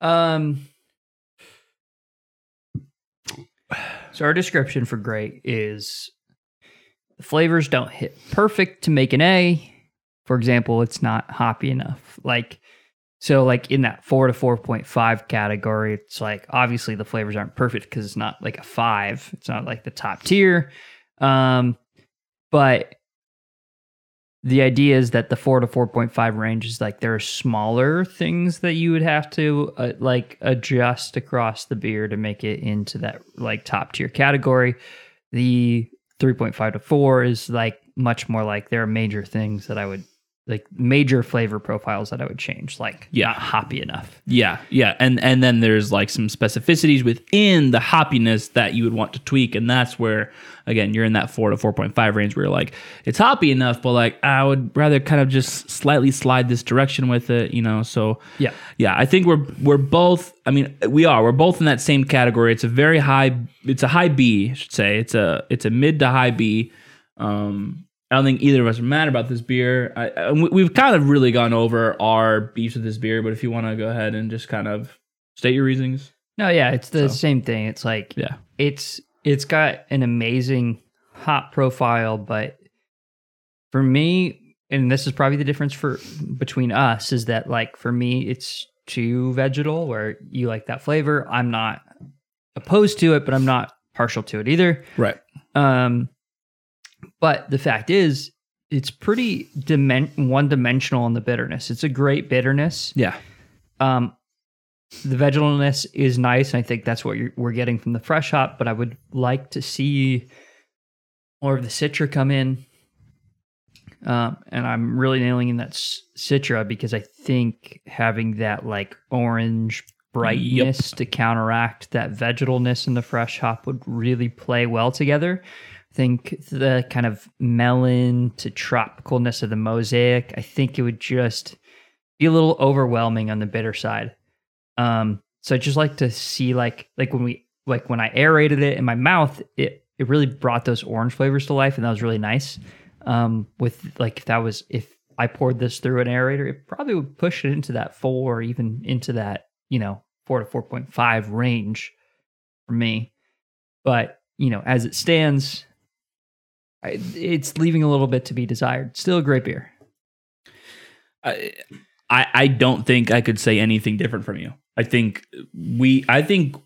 S2: Um. So our description for great is the flavors don't hit perfect to make an A. For example, it's not hoppy enough. Like so, like in that four to four point five category, it's like obviously the flavors aren't perfect because it's not like a five. It's not like the top tier. Um, but the idea is that the 4 to 4.5 range is like there are smaller things that you would have to uh, like adjust across the beer to make it into that like top tier category the 3.5 to 4 is like much more like there are major things that i would like major flavor profiles that i would change like
S1: Yeah.
S2: not hoppy enough
S1: Yeah, yeah, and and then there's like some specificities within the hoppiness that you would want to tweak, and that's where again you're in that four to four point five range where you're like it's hoppy enough, but like I would rather kind of just slightly slide this direction with it, you know. So
S2: yeah
S1: yeah, I think we're we're both. I mean, we are. We're both in that same category. It's a very high. It's a high B, I should say. It's a it's a mid to high B. Um, I don't think either of us are mad about this beer. I, I, we- we've kind of really gone over our beefs with this beer, but if you want to go ahead and just kind of state your reasonings,
S2: no yeah it's the
S1: So-
S2: same thing it's like
S1: yeah,
S2: it's it's got an amazing hot profile but for me and this is probably the difference for between us is that like for me it's too vegetal where you like that flavor i'm not opposed to it but i'm not partial to it either
S1: right,
S2: um, but the fact is, it's pretty dimen- one dimensional in the bitterness. It's a great bitterness.
S1: yeah,
S2: Um, the vegetalness is nice, and I think that's what you're, we're getting from the fresh hop. But I would like to see more of the citra come in. Um, and I'm really nailing in that s- citra because I think having that like orange brightness to counteract that vegetalness in the fresh hop would really play well together. I think the kind of melon to tropicalness of the mosaic, I think it would just be a little overwhelming on the bitter side. Um, so I just like to see like like when we like when I aerated it in my mouth, it it really brought those orange flavors to life, and that was really nice. Um, with like if that was if I poured this through an aerator, it probably would push it into that four, even into that you know four to four point five range for me. But you know, as it stands, I, it's leaving a little bit to be desired. Still a great beer.
S1: I, I I don't think I could say anything different from you. I think we I think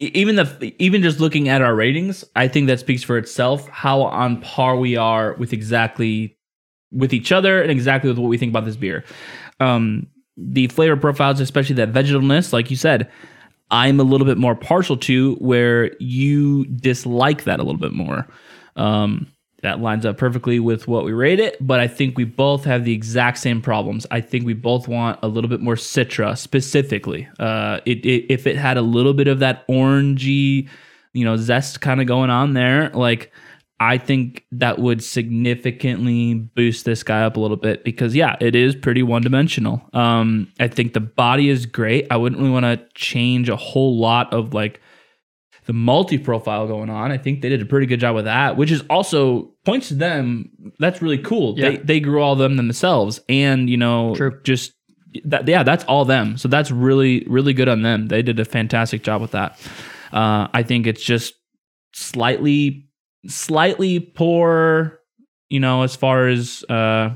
S1: e- even the even just looking at our ratings, I think that speaks for itself how on par we are with exactly with each other and exactly with what we think about this beer. Um the flavor profiles, especially that vegetalness, like you said, I'm a little bit more partial to where you dislike that a little bit more. Um, that lines up perfectly with what we rate it, but I think we both have the exact same problems. I think we both want a little bit more citra specifically. Uh, it, it, if it had a little bit of that orangey, you know, zest kind of going on there, like I think that would significantly boost this guy up a little bit because yeah, it is pretty one dimensional. Um, I think the body is great. I wouldn't really want to change a whole lot of like the multi profile going on. I think they did a pretty good job with that, which is also points to them. That's really cool. They
S2: Yeah.
S1: they grew all them themselves, and you know,
S2: True.
S1: just that yeah, that's all them. So that's really really good on them. They did a fantastic job with that. Uh, I think it's just slightly slightly poor, you know, as far as uh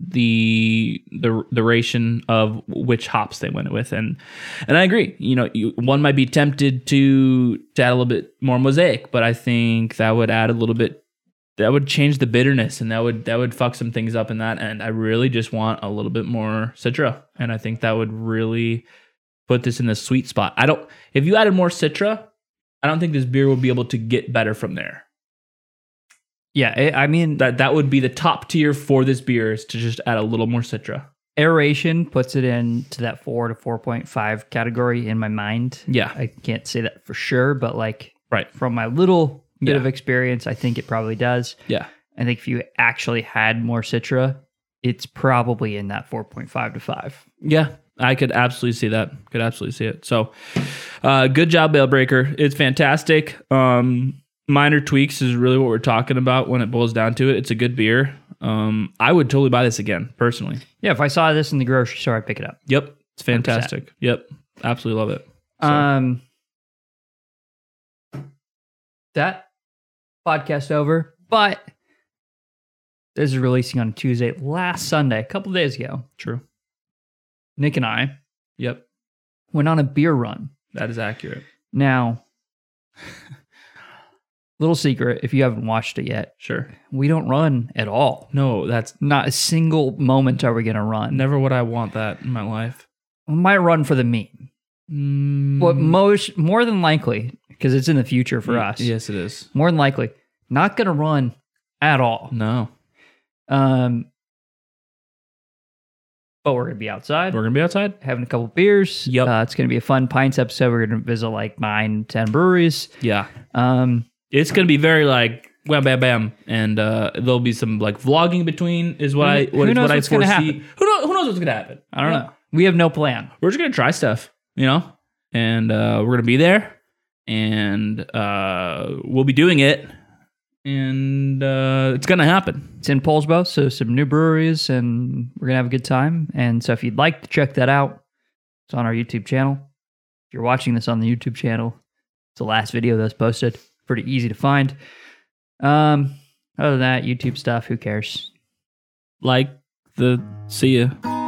S1: the the the ration of which hops they went with and and I agree you know you, one might be tempted to, to add a little bit more mosaic but I think that would add a little bit that would change the bitterness and that would that would fuck some things up in that end I really just want a little bit more citra and I think that would really put this in the sweet spot I don't if you added more citra I don't think this beer would be able to get better from there
S2: Yeah, I I mean,
S1: that that would be the top tier for this beer is to just add a little more citra
S2: aeration puts it into that four to four point five category in my mind.
S1: yeah
S2: I can't say that for sure, but like
S1: Right.
S2: from my little bit
S1: Yeah.
S2: of experience, I think it probably does.
S1: Yeah.
S2: I think if you actually had more Citra, it's probably in that 4.5 to 5.
S1: Yeah, I could absolutely see that. Could absolutely see it. So, uh, good job, Bailbreaker. It's fantastic. Um, minor tweaks is really what we're talking about when it boils down to it. It's a good beer. Um, I would totally buy this again, personally.
S2: Yeah, if I saw this in the grocery store, I'd pick it up.
S1: Yep, it's fantastic. Yep, absolutely love it. So-
S2: Um That podcast over, but this is releasing on Tuesday, last Sunday, a couple days ago.
S1: True.
S2: Nick and I
S1: Yep,
S2: went on a beer run.
S1: that is accurate.
S2: Now, little secret if you haven't watched it yet,
S1: Sure.
S2: we don't run at all.
S1: No, that's
S2: Not a single moment are we going to run.
S1: never what I want that in my life.
S2: We might run for the meme.
S1: Mm,
S2: But most, more than likely, because it's in the future for us,
S1: Yes, it is.
S2: more than likely, not going to run at all.
S1: No, Mm.
S2: Um, but we're going to be outside.
S1: we're gonna be outside.
S2: having a couple beers.
S1: Yep.
S2: Uh, it's going to be a fun pints episode. We're going to visit like nine, ten breweries.
S1: Yeah.
S2: Um,
S1: it's gonna be very like wham bam bam and uh there'll be some like vlogging between is what i
S2: Who-
S1: what,
S2: who
S1: is
S2: knows
S1: what
S2: what's
S1: i
S2: gonna
S1: foresee
S2: happen?
S1: who knows who knows what's gonna happen
S2: I don't know. We have no plan.
S1: we're just gonna try stuff you know and uh we're gonna be there and uh we'll be doing it and uh it's gonna happen
S2: It's in Polsbo, so some new breweries, and we're gonna have a good time. And so, if you'd like to check that out, it's on our YouTube channel. If you're watching this on the YouTube channel, it's the last video that's posted. Pretty easy to find. Um, other than that, YouTube stuff. Who cares?
S1: like the see ya